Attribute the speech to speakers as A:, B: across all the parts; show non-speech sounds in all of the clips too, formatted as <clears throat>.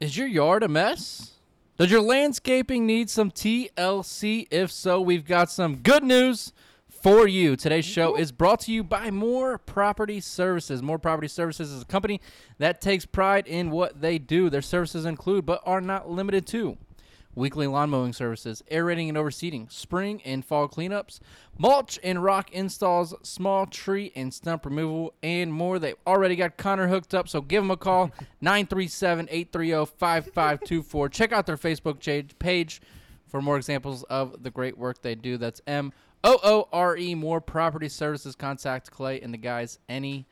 A: Is your yard a mess? Does your landscaping need some TLC? If so, we've got some good news for you. Today's show is brought to you by More Property Services. More Property Services is a company that takes pride in what they do. Their services include, but are not limited to, weekly lawn mowing services, aerating and overseeding, spring and fall cleanups, mulch and rock installs, small tree and stump removal, and more. They've already got Connor hooked up, so give him a call <laughs> 937 830 5524. Check out their Facebook cha- page for more examples of the great work they do. That's M O O R E, more property services. Contact Clay and the guys any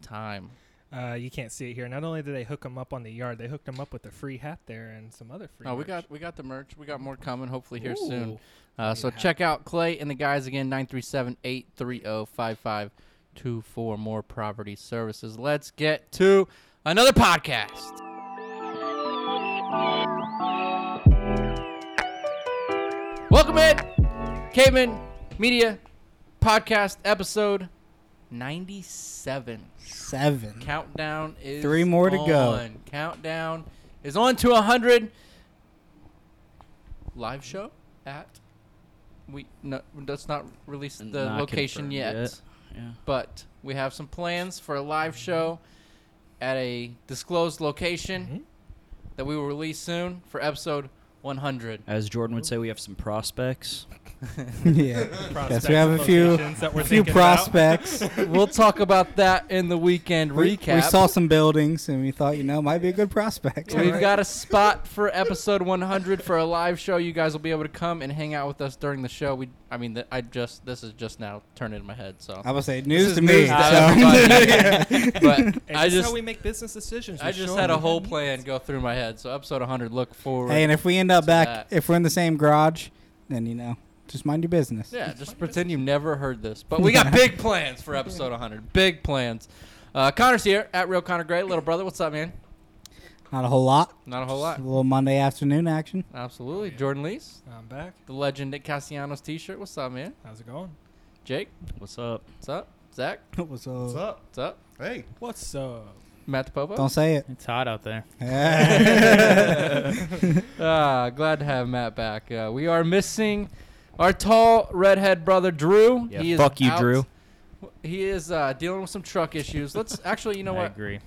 A: time.
B: Uh, you can't see it here. Not only did they hook them up on the yard, they hooked them up with a free hat there and some other free.
A: Oh, we
B: merch.
A: got we got the merch. We got more coming, hopefully here
B: Ooh.
A: soon. Uh, so
B: Yeah.
A: check out Clay and the guys again, oh, 937-830-5524. More property services. Let's get to another podcast. Welcome in, Caveman Media Podcast episode 97.
C: Seven.
A: Countdown is
C: Three more to go.
A: on. Countdown is on to hundred. Live show at we no that's not released the
D: Not
A: location
D: confirmed
A: yet,
D: Yeah.
A: but we have some plans for a live show at a disclosed location that we will release soon for episode one hundred.
D: As Jordan would say, we have some prospects.
C: yeah. Yes,
B: Prospects
C: we have a few,
B: locations that we're
C: a few
B: thinking about.
A: <laughs>
C: prospects.
A: we'll talk about that in the weekend
C: We-
A: recap.
C: We saw some buildings and we thought, you know, might be a good prospect.
A: We've got a spot for episode 100 for a live show. You guys will be able to come and hang out with us during the show. We, I mean, th- I just this is just now turned in my head.
C: <laughs>
A: So,
C: I would say
A: is
C: news to me.
A: news
C: so.
A: to
C: <laughs>
A: everybody. but
B: And
A: I
B: this is
A: just,
B: how we make business decisions.
A: I
B: We
A: just
B: show
A: had a
B: them.
A: whole plan go through my head. So episode 100, look forward.
C: hey, and if we end up
A: to
C: back,
A: that.
C: if we're in the same garage, then you know, just mind your business.
A: Yeah, just pretend you never heard this. But we
C: <laughs>
A: got big plans for episode 100. Big plans. Uh, Connor's here at Real Connor Gray, little brother. What's up, man?
C: Not a whole lot.
A: Not a whole
C: A
A: lot.
C: little Monday afternoon action. <laughs>
A: Absolutely. Jordan Lees,
B: I'm back.
A: the legend at Cassiano's T-shirt. What's up, man?
B: How's it going?
A: Jake,
D: What's up?
A: what's up? Zach,
C: What's up?
E: up?
A: what's up?
E: Hey.
B: What's up?
A: Matt the Popo. <laughs>
C: Don't say it. <laughs> Uh,
F: It's hot out there.
A: Ah, glad to have Matt back. Uh, we are missing our tall redhead brother Drew.
F: Yeah,
A: he is
D: fuck you,
A: out.
D: Drew.
A: He is uh, dealing with some truck issues. Let's actually, you know
F: I
A: what?
F: agree.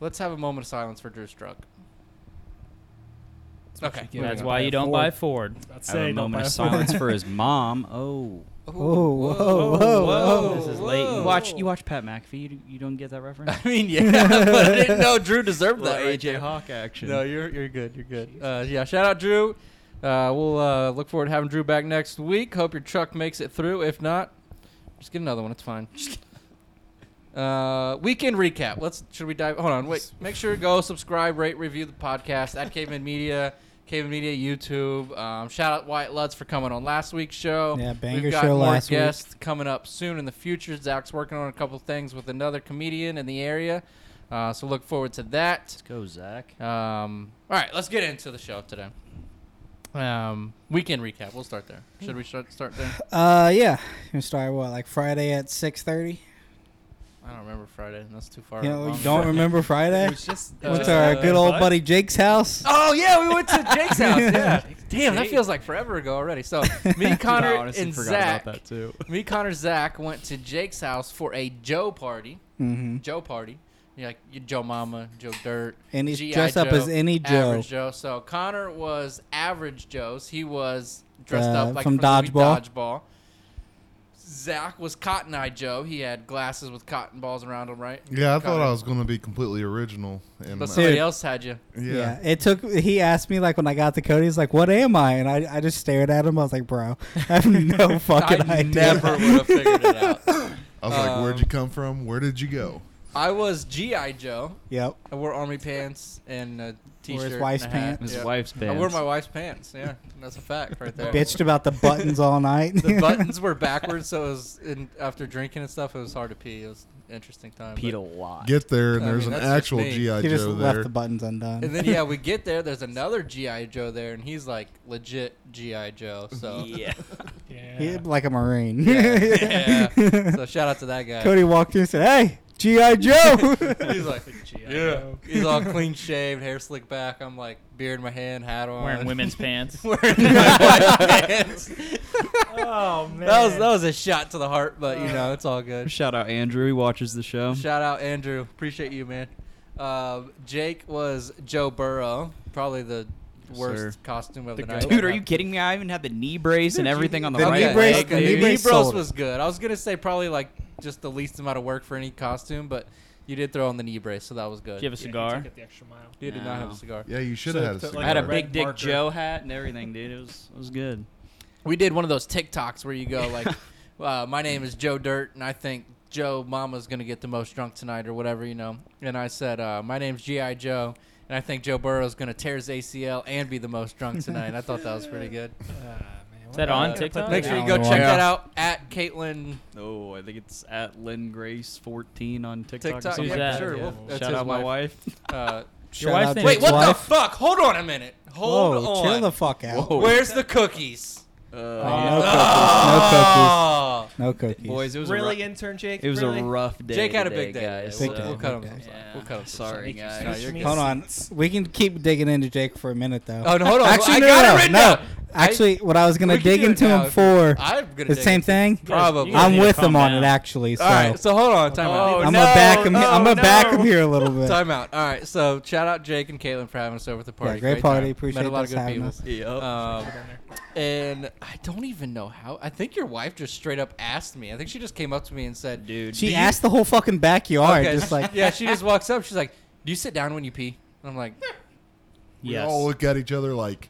A: Let's have a moment of silence for Drew's truck. Okay.
B: you Yeah,
F: That's
B: we
F: why
B: buy
F: you
B: a
F: don't
B: Ford.
F: buy Ford.
B: I'd
D: Have a
B: don't
D: moment
B: buy
D: of
B: a Ford.
D: silence for his mom. Oh.
C: whoa, whoa, whoa, whoa.
D: This is late. You watch, you watch Pat McAfee. You, you don't get that reference?
A: <laughs> I mean, yeah, but I didn't know Drew deserved that. right there.
D: Hawk action.
A: No, you're you're good. You're good. Uh, yeah, shout out Drew. Uh, we'll uh, look forward to having Drew back next week. Hope your truck makes it through. If not, just get <laughs> another one. It's fine. Uh, weekend recap. Let's should we dive? Hold on, wait. Make sure to go subscribe, rate, review the podcast at Caveman Media, Caveman Media YouTube. Um, shout out Wyatt Lutz for coming on last week's show.
C: Yeah, banger
A: We've got
C: show
A: more
C: last week.
A: guests coming up soon in the future. Zach's working on a couple things with another comedian in the area, uh, so look forward to that.
D: Let's go, Zach.
A: Um, all right, let's get into the show today. Um, weekend recap. We'll start there. Should we start start there?
C: Uh, yeah. You start what, like Friday at six thirty?
A: I don't remember Friday. That's too far. Um,
C: You
A: of a
C: know, you
A: long
C: don't
A: trip.
C: remember
A: <laughs>
C: Friday?
B: It was just, it
A: Uh,
B: was
C: Went
B: just
C: to our
B: a
C: good old
B: bud.
C: buddy Jake's house.
A: Oh yeah, we went
C: <laughs>
A: to Jake's house. Yeah. Damn, that
B: Jake.
A: feels like forever ago already. So me, Connor,
D: I honestly
A: and
D: forgot
A: Zach.
D: about that, too.
A: Me, Connor, Zach went to Jake's house for a Joe party.
C: Mm-hmm.
A: Joe party. You're like you Joe Mama, Joe Dirt,
C: And he's
A: G.I.
C: dressed up
A: Joe,
C: as any Joe.
A: average Joe. So Connor was average Joe's. He was dressed
C: Uh,
A: up like
C: from
A: from, the movie
C: Dodgeball.
A: Dodgeball. Zach was Cotton Eye Joe. He had glasses with cotton balls around him, right?
E: Yeah, I thought
A: Connor.
E: I was gonna be completely original, and
A: But
E: uh,
A: somebody
C: Dude.
A: else had you.
E: yeah.
C: Yeah. it took. He asked me like when I got to Cody, he's like, "What am I?" And I, I just stared at him. I was like, "Bro, I
A: <laughs>
C: have no fucking
A: I
C: idea." <laughs>
A: never would have figured it out.
E: I was like, "Where'd
A: Um,
E: you come from? Where did you go?"
A: I was GI Joe. <laughs>
C: Yep.
A: I wore army pants and a
C: his
A: t-shirt.
C: wife's
A: and a hat.
D: His
A: Yeah.
D: wife's
A: I
D: band.
A: wore my wife's pants. Yeah, that's a fact right there.
C: Bitched about the buttons all
D: <laughs>
C: night.
A: the buttons were backwards, so it was in, after drinking and stuff, it was hard to pee. It was an interesting time. but-
D: Pete a lot.
E: Get there, and
A: I
E: there's
A: mean,
E: an
A: that's just
E: actual
A: me.
C: <laughs>
E: GI
C: he just
E: Joe
C: left
E: there.
C: the buttons undone.
A: And then yeah, we get there. There's another GI Joe there, and he's like legit GI Joe. <laughs> So
D: yeah.
C: <laughs> He-
B: <laughs> Yeah.
C: like a marine. <laughs>
A: yeah. So shout out to that guy. <laughs>
C: Cody walked in and said, "Hey, GI Joe."
A: He's like
B: I know.
A: He's all clean shaved, hair slicked back. I'm like beard in my hand, hat on.
D: Wearing
A: <laughs>
D: women's pants.
A: Wearing my white pants.
B: Oh man.
A: That was that was a shot to the heart, but you know it's all
D: <laughs>
A: good.
D: Shout out Andrew. He watches the show.
A: Shout out Andrew, appreciate you, man. Uh, Jake was Joe Burrow, probably the
D: Yes,
A: worst
D: sir.
A: costume of the,
B: The
A: night.
B: goat.
D: Dude, are you kidding me? I even had the knee brace and
B: Dude, you-
D: everything on the,
C: The
D: right
C: knee
D: leg,
C: brace-
A: the
C: the
A: knee
D: dude.
C: knee brace
A: brace
C: sold it.
A: was good. I was gonna say probably like just the least amount of work for any costume, but you did throw on the knee brace, so that was good.
D: Did you have a
B: Yeah, he
D: cigar?
B: took it the extra mile. Ah,
A: You did not have
D: No.
A: a cigar.
E: Yeah, you should have
B: So
E: had a
B: it's
E: cigar.
B: like
D: I had a
B: Red
D: big dick
B: marker.
D: Joe hat and everything, dude. It was it was good.
A: We did one of those TikToks where you go
C: <laughs>
A: like, uh, "My name is Joe Dirt, and I think Joe Mama's gonna get the most drunk tonight, or whatever, you know." And I said, uh, "My name's GI Joe, and I think Joe Burrow's gonna tear his ACL and be the most
C: <laughs>
A: drunk tonight." I thought that was pretty good.
B: Ah, man,
D: that
B: why
D: on
B: not?
D: TikTok?
A: Make sure you
C: Yeah.
A: go check
C: Yeah.
A: that out at Caitlin.
D: Oh, I think it's at Lynn Grace fourteen on TikTok.
A: TikTok,
B: something
A: yeah,
B: like that.
A: sure.
B: Yeah.
A: Well,
B: Shout
A: that's
D: Shout
A: his
D: out my wife.
A: <laughs> Uh,
C: Shout
D: wife's
C: out
D: name-
C: to
A: wait,
C: his
A: what the
C: wife.
A: fuck? Hold on a minute. Hold
C: Whoa,
A: on.
C: chill the fuck out.
D: Whoa.
A: Where's the cookies?
D: Uh,
C: no
D: yeah.
C: cookies.
A: Oh!
C: No
D: <laughs>
C: cookies.
D: Boys, it was a
B: really
D: rough,
B: intern Jake.
D: it was
B: really?
D: a rough day.
A: Jake had a
D: today,
A: big day.
D: guys.
A: We'll,
C: Big day,
A: we'll cut him.
C: big
A: some
D: day.
A: slack.
D: Yeah.
A: We'll cut him. some
D: Sorry, guys.
A: slack. No,
D: <laughs>
A: you're good.
C: Hold on. We can keep digging into Jake for a minute, though.
A: Oh, no, hold on.
C: Actually,
A: I
C: no,
A: got it
C: no,
A: written
C: no.
A: down.
C: Actually, what I was
A: We
C: gonna
A: can
C: dig
A: do it
C: into
A: now if
C: him
A: you-
C: for
A: I'm gonna
C: the
A: dig
C: same
A: it.
C: thing.
B: You guys-
A: Probably.
B: you guys
C: I'm
B: need to
C: with him
B: calm
C: on
B: down.
C: it actually. So
A: All right, so hold on. Time out.
B: Oh,
C: I'm gonna back him. I'm gonna
B: no.
C: back him here a little bit.
A: Time out. All right, so shout out Jake and Caitlin for having us over at the party.
C: Yeah, great party.
A: time.
C: Appreciate
A: Met a lot of
C: us
A: good
C: having
A: people.
C: us.
D: Yep.
A: Um,
B: Put it in there.
A: and I don't even know how. I think your wife just straight up asked me. I think she just came up to me and said,
D: dude. <laughs>
C: She asked the whole fucking backyard,
A: Okay,
C: just like
A: <laughs> yeah." She just walks up. She's like, "Do you sit down when you pee?" And I'm like,
E: We
D: Yes.
E: all look at each other like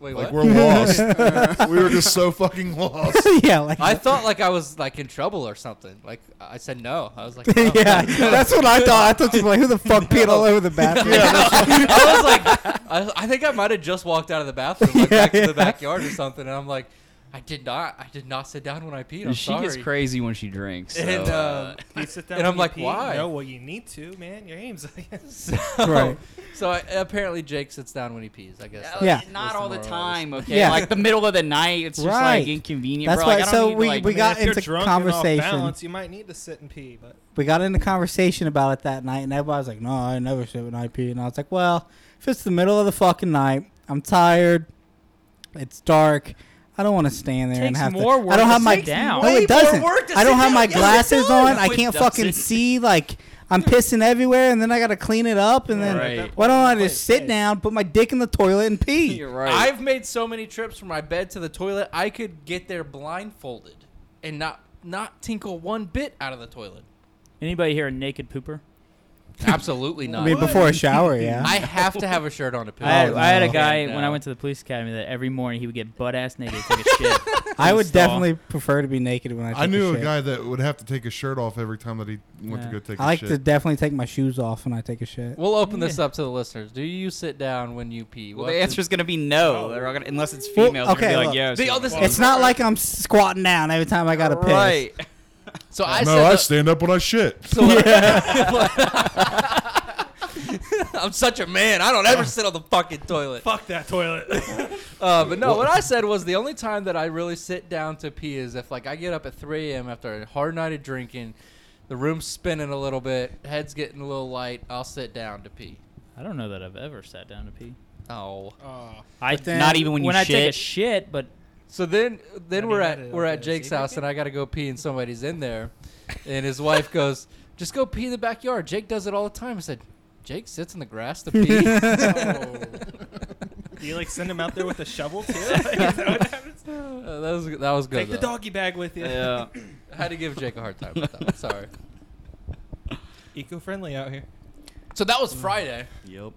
A: "Wait,
E: like
A: what?"
E: we're lost. we were just so fucking
C: <laughs>
E: lost.
C: yeah,
A: <laughs>
C: like
A: I thought like I was like in trouble or something. Like I said no. I was like, "Oh, no.
C: <laughs>
A: <laughs>
C: yeah, that's what I thought. I thought you were like, who the fuck peed all over the bathroom?
D: <laughs>
A: I was like, I, I think I might have just walked out of the bathroom, like
C: Yeah,
A: back to
C: yeah.
A: the backyard or something, and I'm like, I did not, I did not sit down when I peed. I'm
D: she
A: sorry.
D: gets crazy when she drinks. So,
A: And,
D: uh,
A: um,
B: You sit down
A: And I'm
B: you
A: like,
B: pee,
A: why?
B: No, well, you need to, man. Your aim's <laughs>
A: so,
C: Right.
A: So I, apparently Jake sits down when he pees. I guess.
C: Yeah.
A: That's
D: Not
A: the
D: all the
A: moral of
D: time, okay?
C: Yeah.
D: Like the middle of the night, it's just
C: Right.
D: like inconvenient.
C: That's
D: bro. Like,
C: why-
D: I don't
C: so
D: need to,
C: we-
D: like,
C: we got
B: if you're
C: into
B: drunk And
C: conversation.
B: off balance, you might need to sit and pee, but
C: we got into conversation about it that night, and everybody was like, "No, I never sit when I pee." And I was like, "Well, if it's the middle of the fucking night, I'm tired, it's dark, I don't want to stand there and
D: Takes
C: have to.
D: more work
C: I don't
D: to
C: have my
D: sit down.
C: no,
A: Way more
C: it doesn't.
A: work to
C: I don't
A: sit
C: have
A: down.
C: my
A: Yes, it
C: glasses
A: does.
C: on.
D: No,
C: I
D: it
C: can't fucking
D: doesn't.
C: see. Like I'm pissing everywhere, and then I gotta clean it up, and then
D: Right.
C: why don't I just
B: Wait,
C: sit
B: wait.
C: down, put my dick in the toilet, and
D: <laughs>
C: pee?
D: You're right.
A: I've made so many trips from my bed to the toilet, I could get there blindfolded and not not tinkle one bit out of the toilet.
F: Anybody here a naked pooper?
A: Absolutely <laughs>
C: I
A: not.
C: mean, before a shower, yeah.
A: <laughs> I have to have a shirt on to pee.
F: <laughs> I, had,
C: Oh,
F: I had a
C: no.
F: guy
A: No.
F: when I went to the police academy that every morning he would get butt ass naked to take a
D: <laughs>
F: shit.
C: I would
F: Install.
C: definitely prefer to be naked when I. Take
E: I knew a
C: shit.
E: guy that would have to take his shirt off every time that he went to
F: Yeah.
E: go take
C: I
E: a
C: like
E: shit.
C: to definitely take my shoes off when I take a shit.
A: We'll open this up to the listeners. Do you sit down when you pee?
D: well,
A: What
D: the answer is gonna be no. They're all gonna, unless it's
C: Well,
D: females. they're gonna
C: okay,
D: be like,
C: look.
D: yeah,
A: The
D: so-
A: other-
C: It's not like I'm squatting down every time I gotta piss.
D: right.
A: So I
E: no,
A: said
E: I
A: the-
E: stand up when I shit.
A: <laughs> So <laughs> I'm such a man. I don't ever sit on the fucking toilet.
B: fuck that toilet. <laughs>
A: Uh, but no, what I said was the only time that I really sit down to pee is if like I get up at 3 a.m. after a hard night of drinking, the room's spinning a little bit, head's getting a little light. I'll sit down to pee.
F: I don't know that I've ever sat down to pee.
A: Oh.
B: oh,
F: I
C: then-
D: Not even when you
F: when I take a
D: shit?
F: shit, but
A: So then, then
B: I
A: we're
B: mean,
A: at
B: that is
A: we're
B: like
A: at
B: a
A: Jake's
B: secret
A: house,
B: thing.
A: and I gotta go pee, and somebody's in there, and his wife goes, "Just go pee in the backyard." Jake does it all the time. I said, "Jake sits in the grass to <laughs> pee."
B: do you like send him out there with a shovel too? <laughs> Like, is that
C: <laughs>
B: what happens?
A: Uh, that was that was good.
B: Take the
A: though.
B: doggy bag with you.
D: yeah.
F: <laughs>
A: I had to give Jake a hard time about <laughs> that. I'm sorry.
B: <laughs> Eco-friendly out here.
A: So that was Friday.
D: Yep.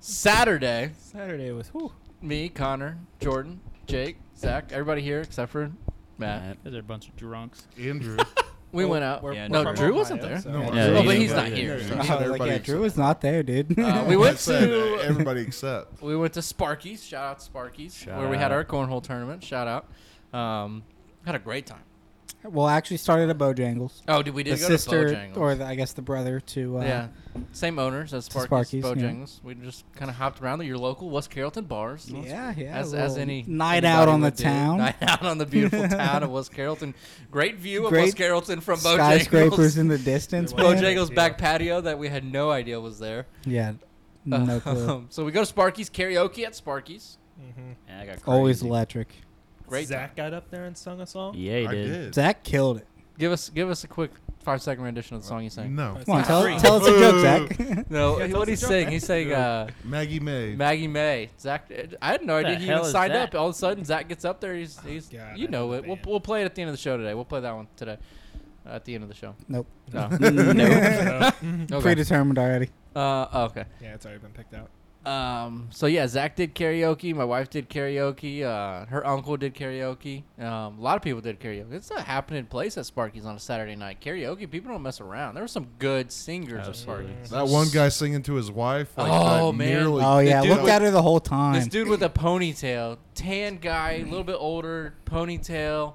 A: Saturday,
B: Saturday was whew.
A: me, Connor, Jordan, Jake, Zach, everybody here except for Matt.
F: those are a bunch of drunks.
E: Andrew.
A: Uh, We
B: Well,
A: went out. Oh,
B: we're-
D: Yeah,
B: we're
D: no,
B: from
A: Drew wasn't
B: Ohio,
A: there.
B: so-
E: No,
D: Yeah,
E: Drew
D: but
E: wasn't
D: he's not
E: invited.
A: here, so-
C: <laughs> I was like,
E: Everybody
C: yeah, Drew was not there, dude.
A: Uh, we went
E: except-
A: to-
E: everybody except.
A: We went to Sparky's. Shout out Sparky's,
D: Shout
A: where we
D: out.
A: had our cornhole tournament. Shout out. Um, had a great time.
C: <laughs> Well, actually started at Bojangles.
A: Oh, did we did
C: the
A: go to
C: sister,
A: Bojangles?
C: or the, I guess the brother to uh,
A: yeah, same owners as
C: To
A: Sparky's,
C: Sparky's, yeah.
A: Bojangles. We just kind of hopped around your local West Carrollton bars.
C: yeah, yeah.
A: As,
C: a
A: as
C: little
A: any
C: night
A: anybody
C: out on the
A: would do.
C: town,
A: night out on the
C: <laughs>
A: beautiful town of West Carrollton. Great view of
C: Great
A: West Carrollton from Bojangles.
C: skyscrapers
A: <laughs>
C: in the distance.
B: Well,
C: man.
A: Bojangles back patio that we had no idea was there.
C: Yeah,
A: <laughs>
C: no clue.
A: Um, so we go to Sparky's karaoke at Sparky's.
B: Mm-hmm.
F: Yeah, I got
C: Always
F: crazy.
C: electric.
A: Great.
B: Zach got up there and sung a song.
F: Yeah, he
E: I
F: did.
E: did.
C: Zach killed it.
A: Give us give us a quick five second rendition of the song you sang.
B: <laughs>
E: No.
C: Come on, tell,
B: Free.
C: tell us a joke,
A: <laughs>
C: Zach.
A: No,
B: Yeah, tell
A: what he's
B: us the joke,
A: saying,
B: man.
A: he's saying uh,
E: Maggie May.
A: Maggie May. Zach, uh, I had no
F: What
A: idea
F: the
A: he
F: hell
A: even
F: is
A: signed
F: that?
A: up. All of a sudden, Zach gets up there. He's, he's
B: God,
A: you
B: I
A: know
B: love
A: it.
B: the
A: We'll,
B: band.
A: we'll play it at the end of the show today. We'll play that one today, uh, at the end of the show. Oh.
C: Nope. <laughs>
A: No.
B: No.
A: okay.
C: Predetermined already.
A: Uh, oh, okay.
B: yeah, it's already been picked out.
A: Um, so yeah, Zach did karaoke. My wife did karaoke. Uh, her uncle did karaoke. Um, a lot of people did karaoke. It's a happening place at Sparky's on a Saturday night. Karaoke, people don't mess around. There were some good singers at Sparky's.
E: That one guy singing to his wife. Like,
A: Oh,
E: that
A: man.
E: Nearly,
C: Oh yeah,
A: dude
C: looked
A: with-
C: at her the whole
A: This
C: time.
A: dude with a ponytail, tan guy, a little bit older, ponytail,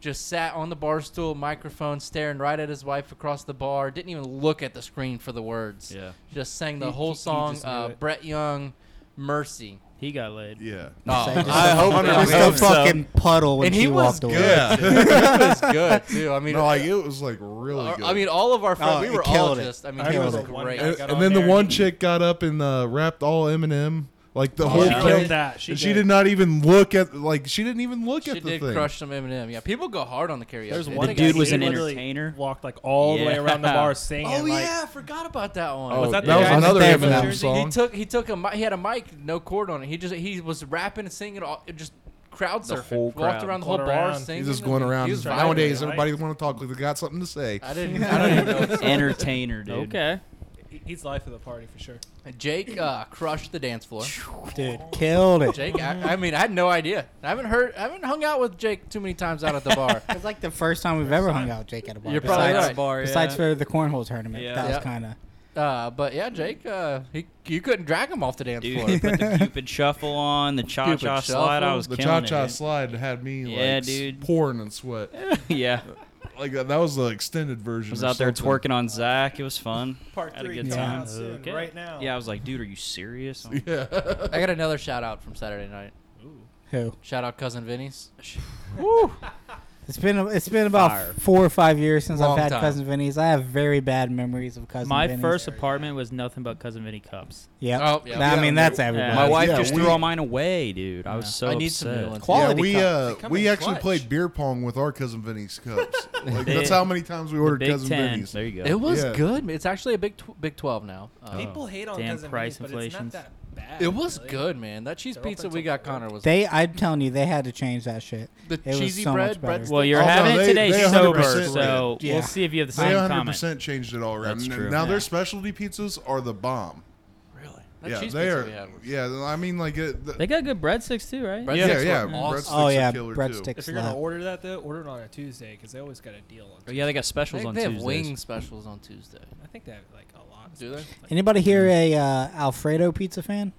A: just sat on the bar stool, microphone, staring right at his wife across the bar. Didn't even look at the screen for the words.
F: <laughs> Yeah,
A: Just sang the
B: He- he-
A: whole
B: he
A: song.
B: just knew
A: Uh,
B: it.
A: Brett Young, Mercy.
F: he got laid.
E: Yeah.
A: Oh,
C: Just
A: I
C: a-
A: hope
C: Just
A: not.
C: a
F: hope so.
C: fucking puddle when
A: and
C: she
A: he was
C: walked
A: good.
C: away.
A: dude.
E: <laughs>
A: he was good too. I mean,
E: no, like it was like really
A: our-
E: good.
A: I mean, all of our friends,
C: Oh,
A: we
C: he
A: were all
C: killed it.
A: just. I mean,
B: I
A: he was
B: remember the one
A: great.
B: guy
E: and,
B: got
E: and
B: on
E: then the
B: there
E: one
B: and-
E: chick got up and uh, rapped all Eminem, like the
B: Oh,
E: whole
B: she
A: yeah.
E: thing.
B: killed that. She,
E: and she did not even look at like she didn't even look
A: She
E: at the
A: did
E: thing.
A: crush some Eminem. Yeah, people go hard on the karaoke.
B: There's
A: I
B: one
A: think I
B: guy
F: dude was
A: see
B: he
F: an
A: it.
B: literally
F: entertainer.
B: Walked like all the way
F: Yeah.
B: around the bar singing.
A: Oh
B: like,
A: yeah, I forgot about that one.
E: Oh,
B: Was that
E: that,
B: the
E: was
B: guy
E: another
C: that was
E: Eminem
C: there?
E: song.
A: He took he took a mi- he had a mic, no cord on it. He just he was rapping and singing all it just crowd surfing.
F: The whole
A: Walked
F: crowd.
A: around the whole
B: Going
A: bar
B: around. He's
A: singing.
E: He's just going
A: and
E: around.
A: he was vibing.
E: Nowadays,
B: right?
E: everybody want to talk like they got something to say.
A: I
E: <laughs>
A: didn't I don't even know. what song.
F: Entertainer, dude.
D: Okay.
B: He- He's life of the party for sure.
A: <laughs> Jake uh, crushed the dance floor.
C: Dude, killed it.
A: Jake, I, I mean, I had no idea. I haven't heard, I haven't hung out with Jake too many times out at the bar.
C: It's like the first time we've ever hung out with Jake at a bar.
A: You're probably
C: besides,
A: right.
F: Bar, yeah.
C: besides for the cornhole tournament,
F: Yeah.
C: that
A: Yeah.
C: was kind of
A: Uh, but yeah, Jake, uh, he, you couldn't drag him off the dance
F: Dude, <laughs>
A: floor.
F: he put the Cupid shuffle on, the cha cha
A: Cupid
F: slide. I
A: shuffle,
F: was
E: the cha
F: killing
E: cha
F: it.
E: slide had me like
F: Yeah, dude.
E: pouring in sweat.
F: dude. <laughs> yeah,
E: Like that, that was the extended
F: I
E: version.
F: was
E: or
F: out there
E: something.
F: twerking on Zach. It was fun.
B: Part
F: Had a
B: three
F: good
B: coming
C: time.
B: out soon,
F: Okay.
B: right now.
F: Yeah, I was like, dude, are you serious? Oh I'm-
E: Yeah.
A: I got another shout out from Saturday night.
C: who.
A: Shout out cousin Vinny's.
C: It's been it's been about
F: Fire.
C: four or five years since
A: Long
C: I've had
A: time.
C: cousin Vinny's. I have very bad memories of cousin.
F: My
C: Vinny's.
F: first apartment was nothing but cousin Vinny cups.
C: Yep.
A: Oh, yeah.
C: I
E: Yeah,
C: mean,
E: we-
C: that's
F: Yeah.
C: everybody.
F: My wife
E: Yeah,
F: just
E: we-
F: threw all mine away, dude. I was
D: Yeah.
F: so
A: I need some
F: upset.
A: new ones.
C: Quality
E: yeah, we
C: cups.
E: uh,
B: They come
E: we
B: in
E: actually
B: clutch.
E: played beer pong with our cousin Vinny's cups. like,
F: Big-
E: that's how many times we
F: The
E: ordered
F: Big
E: cousin
F: Ten.
E: Vinny's.
F: There you go.
A: It was
E: Yeah.
A: good. It's actually a big, tw- big twelve now. Uh,
B: People hate on
F: Oh, Damn
B: cousin
F: price
B: Vinny's, but it's
F: inflations.
B: not that bad.
A: it was
B: really.
A: good, man. That cheese
B: They're
A: pizza
B: open
A: we
B: till
A: got,
B: four.
A: Connor, was
C: They, I'm telling you, they had to change that shit.
A: the
C: was
A: cheesy
C: so much
A: bread,
C: better.
A: breadsticks.
F: Well, you're
E: Oh, no,
F: having
E: they-
F: it today
E: they
F: sober,
E: 100%
F: so
C: did. Yeah.
F: we'll see if you have the
E: They
F: same
E: 100
F: comment.
E: percent changed it all around.
F: That's
E: N-
F: true.
E: Now
F: Yeah.
E: their specialty pizzas are the bomb.
A: really, that
E: yeah,
A: cheese
E: they
A: pizza
E: are.
A: we had was.
E: Yeah, I mean, like it, the,
F: They got good breadsticks too, right?
A: Breadsticks
E: yeah,
A: were
E: yeah.
A: awesome.
E: breadsticks
C: Oh
E: are
C: yeah,
E: killer,
C: breadsticks.
B: If you're gonna
C: slap.
B: order that though, order it on a Tuesday because they always got a deal on.
F: Oh,
B: Tuesday.
F: yeah, they got specials
A: They,
F: on
A: they have
F: Tuesdays.
A: wing specials on Tuesday.
B: I think they have like a lot. of
A: Do they?
B: specials. Like,
C: Anybody here a uh, Alfredo pizza fan?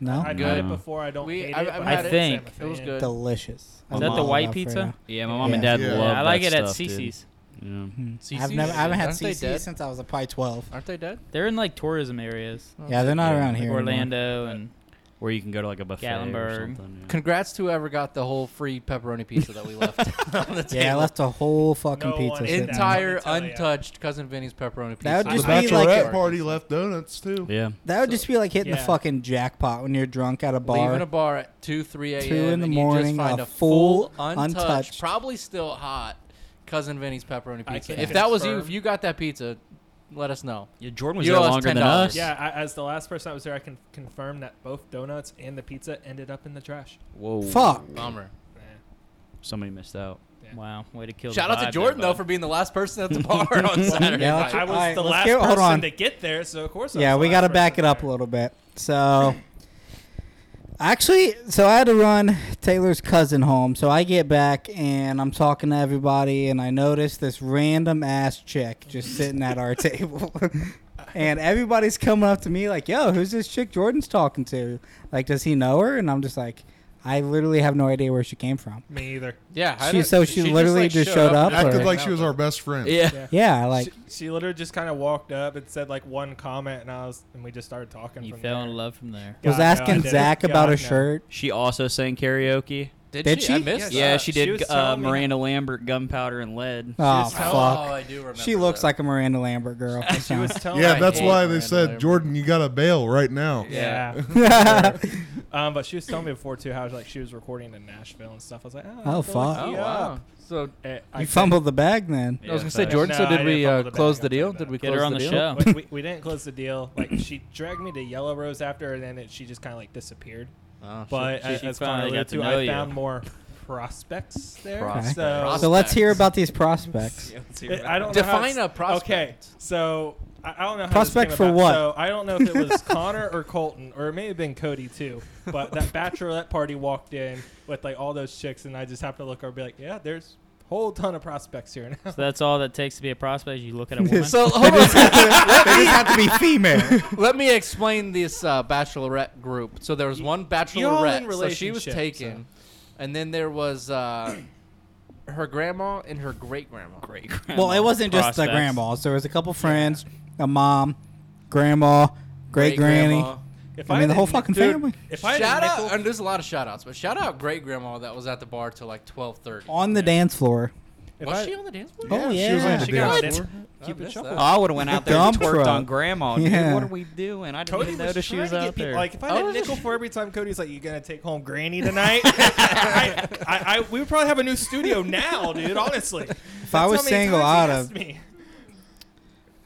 C: No.
B: I've
F: No.
B: had it before. I don't
A: We-
B: hate
A: I-
B: it.
A: I've
B: but
A: had
B: don't
F: it.
B: say I'm a
A: Think. It was
B: fan.
A: good.
C: Delicious.
F: Is
C: I
F: that the
C: love
F: white
C: Alfredo.
F: pizza?
D: Yeah, my mom and
C: Yeah.
D: dad
E: Yeah.
D: love
F: I like
D: that
F: it at
D: stuff, dude.
F: CC's. Yeah.
C: Hmm. I've
A: CC's?
C: never, I haven't had
A: Aren't they
C: CC
A: dead?
C: since I was like probably twelve.
A: Aren't they dead?
F: They're in like tourism areas,
A: Oh,
C: Yeah, they're not
F: Yeah,
C: around
F: like
C: here. anymore.
F: Orlando and
D: Where you can go to like a buffet
F: Gatlinburg.
D: or something. yeah.
A: Congrats to whoever got the whole free pepperoni pizza that we left on the table.
C: Yeah, I left a whole fucking
B: No
A: <laughs>
C: pizza.
B: one
C: sitting
B: ate
C: there.
B: that.
A: entire
B: Let me tell ya.
A: untouched cousin Vinny's pepperoni pizza.
C: That would
E: too.
C: just
E: the
C: be like
E: bachelorette
C: a-
E: party left donuts too.
D: Yeah.
C: That would just be like hitting
B: Yeah.
C: the fucking jackpot when you're drunk at a
A: leaving a
C: bar.
A: bar at two, three a.m.
C: Two in the
A: and You just
C: morning,
A: find
C: a
A: a, full,
C: full,
A: untouched,
C: untouched-
A: probably still hot, cousin Vinny's pepperoni
B: I
A: pizza.
B: can
A: If that was you,
B: confirm-
A: if you got that pizza, let us know.
D: yeah. Jordan was
A: You
D: there
A: owe us
D: longer than
A: $10.
D: us.
B: Yeah, I, as the last person that was there, I can confirm that both donuts and the pizza ended up in the trash.
D: Whoa.
C: Fuck.
A: Bummer.
B: Nah.
D: Somebody missed out.
B: Yeah.
F: wow, way to kill. the
A: Shout out
F: vibe
A: to Jordan
F: there,
A: though for being the last person at the <laughs> bar on Saturday.
C: Yeah,
A: night.
C: let's-
B: I was
C: Alright,
B: the
C: let's
B: last
C: get- hold
B: person
C: on.
B: to get there, so of course. I
C: Yeah,
B: was
C: we
B: got to
C: back it up a little bit. So, actually, so I had to run Taylor's cousin home. So I get back and I'm talking to everybody, and I notice this random ass chick just sitting at our <laughs> table. and everybody's coming up to me like, "Yo, who's this chick Jordan's talking to? Like, does he know her?" And I'm just like, I literally have no idea where she came from.
B: Me either.
A: Yeah. how
C: She-
A: did-
C: so she literally
A: like,
C: just showed up,
E: Acted
C: or-
E: like she was our best friend.
A: <laughs> yeah.
C: <laughs> Yeah,
B: she,
C: like
B: she literally just kind of walked up and said like one comment, and I was, and we just started talking.
F: You
B: from
F: fell
B: there.
F: in love from there.
C: was
B: God, no, I
C: asking
B: didn't.
C: Zach
B: God,
C: about a
B: no.
C: shirt.
G: She also sang karaoke.
A: Did,
C: Did
A: she? I
C: she?
A: missed.
G: yeah,
A: that.
G: she
B: she
G: did
B: was
G: uh,
B: telling me-
G: Miranda Lambert, Gunpowder and Lead.
C: Oh
A: Oh,
C: fuck.
A: I do remember.
C: She looks
A: that.
C: like a Miranda Lambert girl. for
B: She was
C: some-
B: telling.
E: Yeah,
B: me-
E: that's
G: hate
E: why they
G: Miranda
E: said,
G: Lambert.
E: Jordan, you got to bail right now.
B: Yeah.
C: Yeah.
B: <laughs> um, but she was telling me before too how like she was recording in Nashville and stuff. I was like, oh,
C: Oh,
B: go
C: fuck.
B: look
A: Oh
B: you
A: wow.
B: up.
A: So
B: Eh, I
C: <laughs> you
B: couldn't-
C: fumbled the bag then.
A: I was gonna
G: Yeah,
A: say
G: so-
A: Jordan.
B: No,
A: so
B: I
A: did
B: didn't
A: we
B: fumble
A: uh,
B: the bag,
A: close the
B: I'll tell you
A: deal?
B: that.
A: Did we
F: Get
A: close
F: her on the
A: deal?
F: show.
B: we, we, we didn't close the deal. Like she dragged me to Yellow Rose after, and then it, she just kind of like disappeared.
A: Oh,
B: But
F: she-
B: as-
F: she
B: as far
F: finally
B: as I
F: got to
B: too,
F: know
B: I
F: you.
B: found more prospects there.
A: Prospects.
B: So,
C: So
A: Prospects.
C: let's hear about these prospects.
B: I don't know how
A: Define
B: it's-
A: a prospect.
B: Okay, so I, I don't know how
C: Prospect
B: this
C: for
B: came about.
C: what?
B: So I don't know if it was Connor or Colton, or it may have been Cody too. But that bachelorette party walked in with like all those chicks, and I just happened to look over and be like, yeah, there's a whole ton of prospects here now.
F: So that's all that takes to be a prospect. You look at a woman.
A: So hold
C: <laughs>
A: on.
C: they just have to be female.
A: Let me explain this uh, bachelorette group. So there was one
B: y'all in
A: bachelorette, so she was
B: relationships,
A: taken, and then there was uh, <clears throat> her grandma and her great grandma.
G: Great.
C: <laughs> Well, it wasn't just the
F: Prospects.
C: grandmas. There was a couple friends, a mom, grandma, great granny.
A: grandma.
B: If
C: I mean, the whole
B: didn't-
C: fucking
B: dude,
C: family.
B: If I
A: Shout
B: had a
A: out,
B: nickel,
A: and there's a lot of shout outs, but shout out great grandma that was at the bar till like 12:30.
C: On the dance floor.
B: if
A: Was
B: I-
A: she on the dance floor?
C: Oh,
E: She was
C: yeah.
E: on the
B: She
E: dance
B: got
E: floor.
B: it.
A: I
B: Cupid
A: missed
B: shuffle.
A: that.
G: Oh, I would have went out there and
C: Dump
G: twerked
C: truck.
G: on Grandma. Dude,
C: Yeah.
G: what are we doing? I didn't
B: Cody
G: even
B: was
G: notice she
B: trying
G: was
B: to get
G: out
B: people-
G: there. <laughs>
B: Like if I
A: I
B: had a
A: was
B: nickel
A: just-
B: for every time Cody's like, "You gonna take home
A: <laughs>
B: Granny tonight?" I, I, I, we would probably have a new studio now, dude. Honestly,
C: If I was single, I'd have.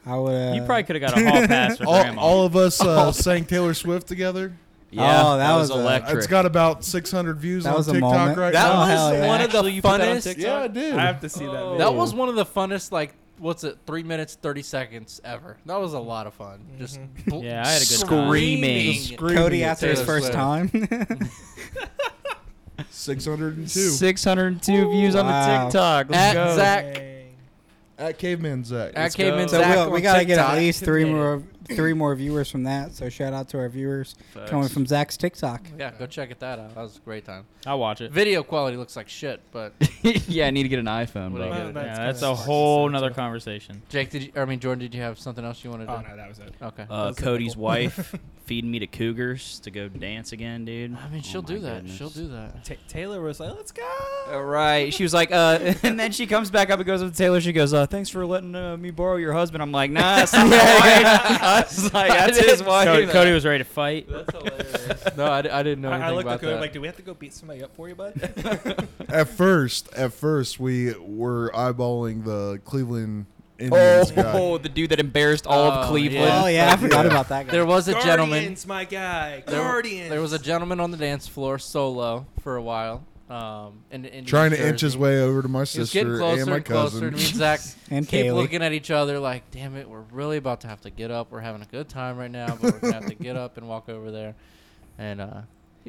C: I would. Uh,
F: you probably could have got a hall pass for
E: All,
G: Oh,
F: grandma.
E: all of us uh, sang Taylor Swift together.
G: yeah,
C: Oh, that was
G: was, uh,
C: a-
G: electric.
E: It's got about 600 views
C: That
E: on
C: was a
E: TikTok
C: moment.
E: right
G: that
C: Oh,
E: now.
C: hell
G: was
C: yeah.
G: one of the
F: Actually, you put that on
G: funnest.
F: TikTok?
E: yeah, I did.
B: I have to see that.
F: Oh.
B: Video.
A: That was one of the funnest, like, what's it, three minutes, 30 seconds ever. That was a lot of fun. Just bl-
F: Yeah, I had a good time.
A: screaming.
G: Screaming.
C: Cody after his
A: Taylor
C: first
A: Swift.
C: time. <laughs>
E: 602
G: 602 views on
C: Wow.
G: the TikTok. Let's
A: At
B: Oh,
G: go.
A: Zach,
E: at Caveman Zach.
A: at
G: Let's go.
A: Caveman
G: So
C: so we,
A: Zach.
C: got-
A: on
C: we gotta get at
A: TikTok.
C: least three more three more viewers from that. So shout out to our viewers coming from Zach's TikTok.
A: Yeah, go check it that out. That was a great time.
F: I'll watch it.
A: Video quality looks like shit, <laughs> but
G: <laughs> yeah, I need to get an iPhone.
A: What do you
G: bro.
A: get?
F: Yeah,
B: That's
F: that's
B: kinda
F: a
B: hard to
F: whole
B: say,
F: nother
B: too.
F: conversation.
A: Jake, did you, I mean, Jordan, did you have something else you wanted to
B: Oh
A: do?
B: no, that was it.
A: Okay.
G: Uh,
B: Those are
G: <laughs> Cody's
B: nickel.
G: wife feeding me to cougars to go dance again, dude.
A: I mean,
G: Oh
A: she'll
G: my
A: do that.
G: goodness.
A: She'll do that.
B: Ta Taylor was like, "Let's go."
G: All right. She was
C: <laughs>
F: <laughs>
G: like, uh, and then she comes back up and goes up to Taylor. She goes, uh, thanks for letting uh, me borrow your husband. I'm like,
C: <laughs>
G: nah, that's not my
F: <laughs>
G: wife." I was like, that's his wife.
F: Cody, Cody was ready to fight.
G: <laughs> That's hilarious.
A: <laughs> No, I, di- I didn't know anything
B: I, I looked
A: about
B: at Cody
A: that.
B: like, "Do we have to go beat somebody up for you,
G: <laughs>
B: bud?"
E: At first, at first, we were eyeballing the Cleveland
F: <laughs>
E: Indians guy.
G: Oh, the dude that embarrassed all
A: Oh,
G: of Cleveland.
A: Yeah.
C: Oh yeah, I forgot about that guy.
A: there was a gentleman.
B: Guardians, my guy.
A: There,
B: Guardians.
A: there was a gentleman on the dance floor solo for a while. Um, in, in
E: Trying
A: New
E: to inch
A: Jersey.
E: his way over to my
A: He was getting
E: sister
A: closer
E: and my
A: and closer.
E: cousin.
A: And me <laughs> and Zach
C: and
A: keep
C: Kaylee.
A: looking at each other like, damn it, we're really about to have to get up. We're having a good time right now, but we're going to have to get up and walk over there. And uh,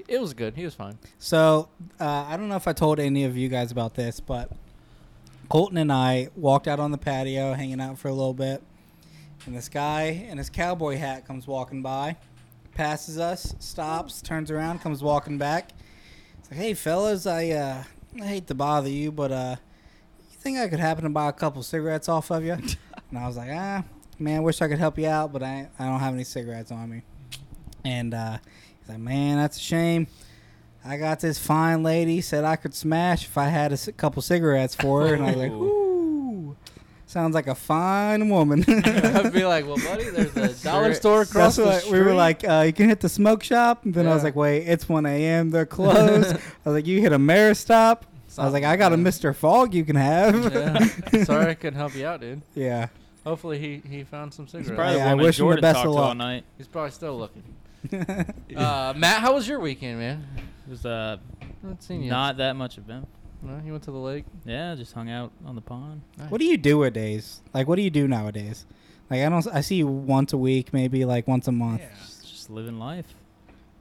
A: it was good. He was fine.
C: So uh, I don't know if I told any of you guys about this, but Colton and I walked out on the patio, hanging out for a little bit, and this guy in his cowboy hat comes walking by, passes us, stops, turns around, comes walking back. It's like, hey fellas, I uh, I hate to bother you, but uh, you think I could happen to buy a couple cigarettes off of you? and I was like, ah, man, I wish I could help you out, but I I don't have any cigarettes on me. And uh, he's like, man, that's a shame. I got this fine lady said I could smash if I had a c- couple cigarettes for her, and <laughs> I was
F: <laughs>
C: like, "Ooh, sounds like a fine woman."
A: <laughs> I'd
C: <laughs>
A: be like, well, buddy, there's a dollar store across
C: That's
A: the
C: what
A: street.
C: we were like. Uh, you can hit the smoke shop, and then I was
A: Yeah.
C: like, "Wait, it's 1 a.m.
A: <laughs>
C: They're closed." I was like, "You hit a Maristop." I was like, "I got a Mr. Fog you can <laughs> have." Yeah,
A: Yeah. Sorry I couldn't help you out, dude.
C: yeah. <laughs>
A: Hopefully he, he found some cigarettes.
F: It's probably
C: Yeah, I
F: the woman
C: wish him the
F: Jordan
C: best
F: talked
C: of
F: to all
C: luck.
F: night.
A: He's probably still looking. uh, Matt, how was your weekend, man?
F: It was uh,
A: I haven't seen you.
F: not that much of him.
A: No, you went to the lake.
F: Yeah, just hung out on the pond.
C: What do you do nowadays? Like, what do you do nowadays? Like, I don't. I see you once a week, maybe like once a month.
B: Yeah.
F: Just, just living life.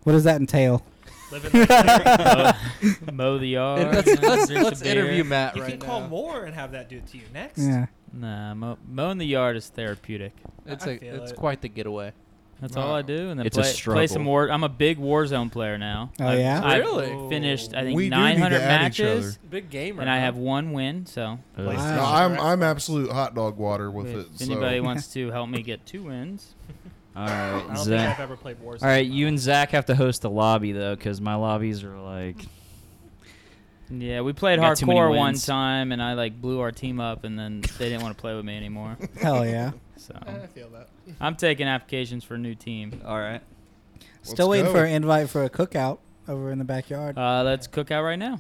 C: What does that entail?
B: <laughs> Living
A: <laughs>
B: like
F: mow, mow the yard.
A: And
F: you
A: let's
F: know,
A: let's,
F: drink some
A: let's interview
F: beer.
A: Matt
B: you
A: right
B: can call
A: now.
B: more and have that do it to you next.
C: <laughs> Yeah.
F: Nah, mow, mowing the yard is therapeutic.
A: It's
B: I
A: a,
B: feel
A: it's
B: it.
A: quite the getaway.
G: That's all I do, and then
F: It's a
G: play, play some
F: struggle.
G: war. I'm a big Warzone player now.
C: Oh,
G: I've-
C: yeah?
G: I've
A: Really?
G: finished I think
E: We do need to
G: 900
E: add each
G: matches,
A: Big gamer.
G: and I have one win. So
E: No,
C: Wow.
E: I'm I'm absolute hot dog water with
G: if
E: it. so-
G: anybody wants to help me get two wins,
B: I
F: All
B: don't
F: right,
B: think
F: Zach.
B: I've ever played Warzone.
F: All right, you and Zach have to host the lobby though, because my lobbies are like
G: yeah, we played
F: Got too many
G: hardcore one
F: wins.
G: time, and I like blew our team up, and then they didn't want to play with me anymore.
C: Hell yeah.
G: So
B: I feel that.
G: I'm taking applications for a new team.
F: all right.
C: Still
E: Let's
C: waiting
E: go.
C: for an invite for a cookout over in the backyard.
G: Uh, let's cook out right now.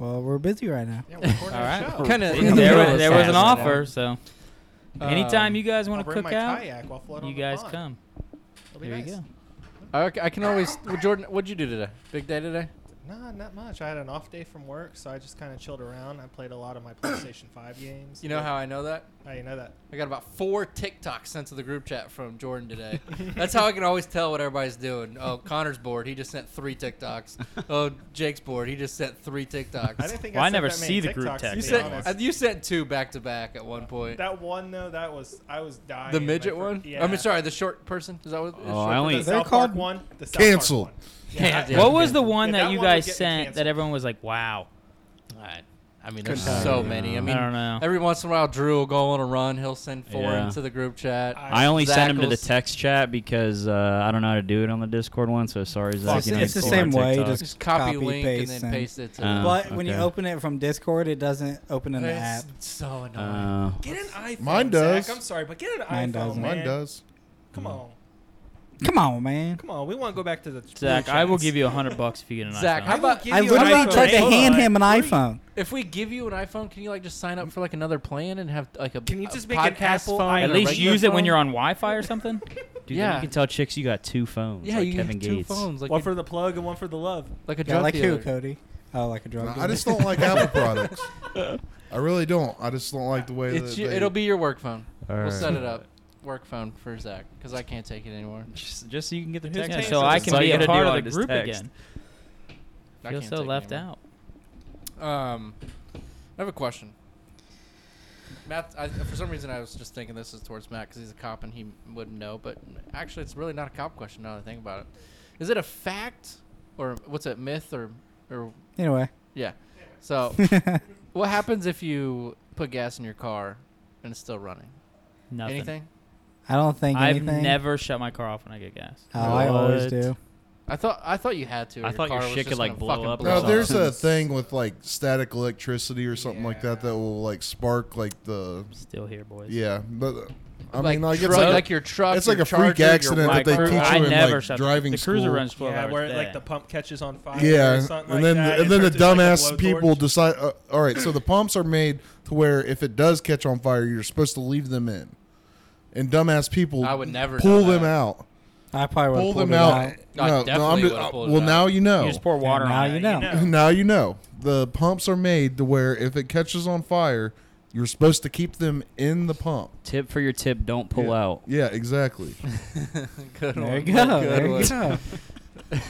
C: well, we're busy right now.
B: Yeah, we're recording
G: All
B: a
G: right.
B: show.
A: Kinda-
G: There,
A: In the middle
G: there,
A: of
G: there was an
H: Saturday.
G: offer, so
A: Um,
G: anytime you guys
B: I'll
G: want to
B: bring
G: cook
B: my
G: out,
B: kayak while floating
G: you
B: on the
G: guys
B: pond.
G: come.
B: It'll be
G: There you
B: nice.
G: go.
A: I, I can always. Well, Jordan, what'd you do today? Big day today.
B: Nah, not much. I had an off day from work, so I just kind of chilled around. I played a lot of my
G: <coughs>
B: PlayStation 5 games.
A: You know
B: Yeah.
A: how I know that?
B: How you know that?
A: I got about four TikToks sent to the group chat from Jordan today. That's how I can always tell what everybody's doing. Oh, Connor's bored. He just sent three TikToks.
F: <laughs>
A: Oh, Jake's bored. He just sent three
B: I
A: TikToks.
B: didn't think
G: Well,
B: I,
G: I
B: sent
G: never
B: that many
G: see the group
B: TikToks, to
G: text,
A: You
B: be
G: to
A: sent
B: honest.
A: uh, you sent two back to back at one point.
B: that one though, that was I was dying.
A: The
B: my
A: midget
B: fir-
A: one.
B: Yeah.
A: I mean, sorry, the short person. Is that what?
F: Oh,
A: short
F: I
A: per-
F: only-
B: The
C: They're
B: South
C: called-
B: Park one. The South
E: Canceled. <laughs>
B: Park one.
A: Yeah,
B: Yeah,
A: yeah.
B: I-
G: What was the one
B: Yeah,
G: that,
B: that
G: you
B: one would
G: guys
B: get me
G: sent that
B: canceled.
G: everyone was like, "Wow"?
A: I- I mean, there's
C: Couldn't
A: so
E: tell you.
A: many. I
G: I,
A: mean,
G: don't know.
A: every once in a while, Drew will go on a run. He'll send four
F: Yeah.
A: into the group chat.
F: I only sent him to the
A: Zackles.
F: text chat because uh, I don't know how to do it on the Discord one. So sorry, Zach.
C: it's
F: you know,
C: it's
F: you
C: the
F: see my
C: same way,
F: TikToks.
C: just
A: just copy,
C: copy,
A: link and
C: paste,
A: then
C: and-
A: paste it to.
F: Uh,
A: the
C: but when you
F: okay.
C: open it from Discord, it doesn't open in the app.
A: Oh, It's so annoying.
F: Uh,
B: Get an iPhone.
E: Mine does.
B: Zach. I'm sorry, but get an
C: Mine
B: iPhone.
C: does.
B: man.
E: Mine does.
B: Come on,
C: Come on, man.
B: come on. We want to go back to the.
G: Zach, I will give you a hundred bucks if you get an
A: Zach,
G: iPhone.
A: how about
B: Give
C: I
B: you an
C: literally
B: iPhone.
C: tried to
B: Hold
C: hand
B: on.
C: him an
B: Free.
C: iPhone.
A: if we give you an iPhone? Can you like just sign up for like another plan and have like a
B: Can you
A: a
B: just make an
A: podcast
B: Apple
A: phone?
B: iPhone?
A: and
G: At
A: a
G: least
A: regular
G: use it when
A: phone?
G: you're on Wi-Fi or something.
F: Dude,
A: Yeah.
F: then you can tell chicks you got two phones.
A: Yeah,
F: like
A: you have
F: Kevin
A: two
F: Gates.
A: phones, like
B: One
A: a,
B: for the plug and one for the love.
A: like a
C: Yeah,
A: drug
C: like who,
A: dealer.
C: Cody? Oh, like a drug
E: No,
C: dealer.
E: I just don't like Apple products. I really don't. I just don't like the way
A: It's
E: that
A: you,
E: they-
A: it'll be your work phone.
F: All
A: We'll
F: right.
A: set it up. Work phone for Zach because I can't take it anymore.
F: Just, just so you can get the
B: Who's
F: text.
G: Yeah,
B: paying
F: messages.
G: so
B: for
G: I
B: this?
G: can
F: That's all
G: be
F: you
G: a
F: gotta do
G: part
F: on
G: of the
F: this
G: group
F: text.
G: again.
A: I
G: Feel
A: can't
G: so
A: take it
G: left
A: anymore.
G: out.
A: Um, I have a question. Matt, I, for some reason, I was just thinking this is towards Matt because he's a cop and he wouldn't know. But actually, it's really not a cop question now that I think about it. Is it a fact or what's it myth or or
C: <laughs> Anyway,
A: yeah?
E: <laughs>
A: So what happens if you put gas in your car and it's still running?
G: Nothing.
A: Anything?
C: I don't think
G: I've
C: anything.
G: never shut my car off when I get gas.
C: Oh, I always
F: What?
C: do.
A: I thought I thought you had to. or
F: I thought your
A: car was
F: shit
A: just
F: could, like,
A: gonna
F: blow
A: fucking
F: up or
E: Now
F: Well,
E: there's
F: uh,
E: a thing with like static electricity or something like that that will like spark like the
G: I'm still here, boys.
E: yeah, but uh, I
A: like,
E: mean like
A: truck,
E: it's like,
A: your truck.
E: it's like
A: your
E: a freak
A: charger, your
E: accident
G: My
E: that they
A: wiper.
G: cru-
E: teach
G: I
E: you in
G: never
E: like
G: shut
E: driving
G: the cruiser
E: school.
G: runs 12
B: Yeah,
G: hours
B: where
G: a
B: it,
G: day.
B: like the pump catches on fire. or
E: Yeah,
B: something
E: and
B: like
E: then
B: that.
E: and then the
B: It's just like a
E: dumbass
B: blowtorch.
E: people decide. Uh, all right, so the pumps are made to where if it does catch on fire, you're supposed to leave them in, and dumbass people
A: I would never
E: pull
A: know
E: them
A: that.
E: out.
C: I probably would
E: Pull them out.
A: I
E: No, no, I'm
A: definitely
E: just,
A: would've
E: uh,
A: pulled it
E: well
A: out.
E: now you know.
G: You just pour water
C: now
G: on
C: you
G: it.
C: know.
E: Now you know the pumps are made to where if it catches on fire, you're supposed to keep them in the pump.
F: Tip for your tip, don't pull
E: Yeah. <laughs>
F: out.
E: Yeah, exactly.
A: <laughs> Good
C: There
A: one.
C: you go.
A: Good
C: There
A: one.
C: you go.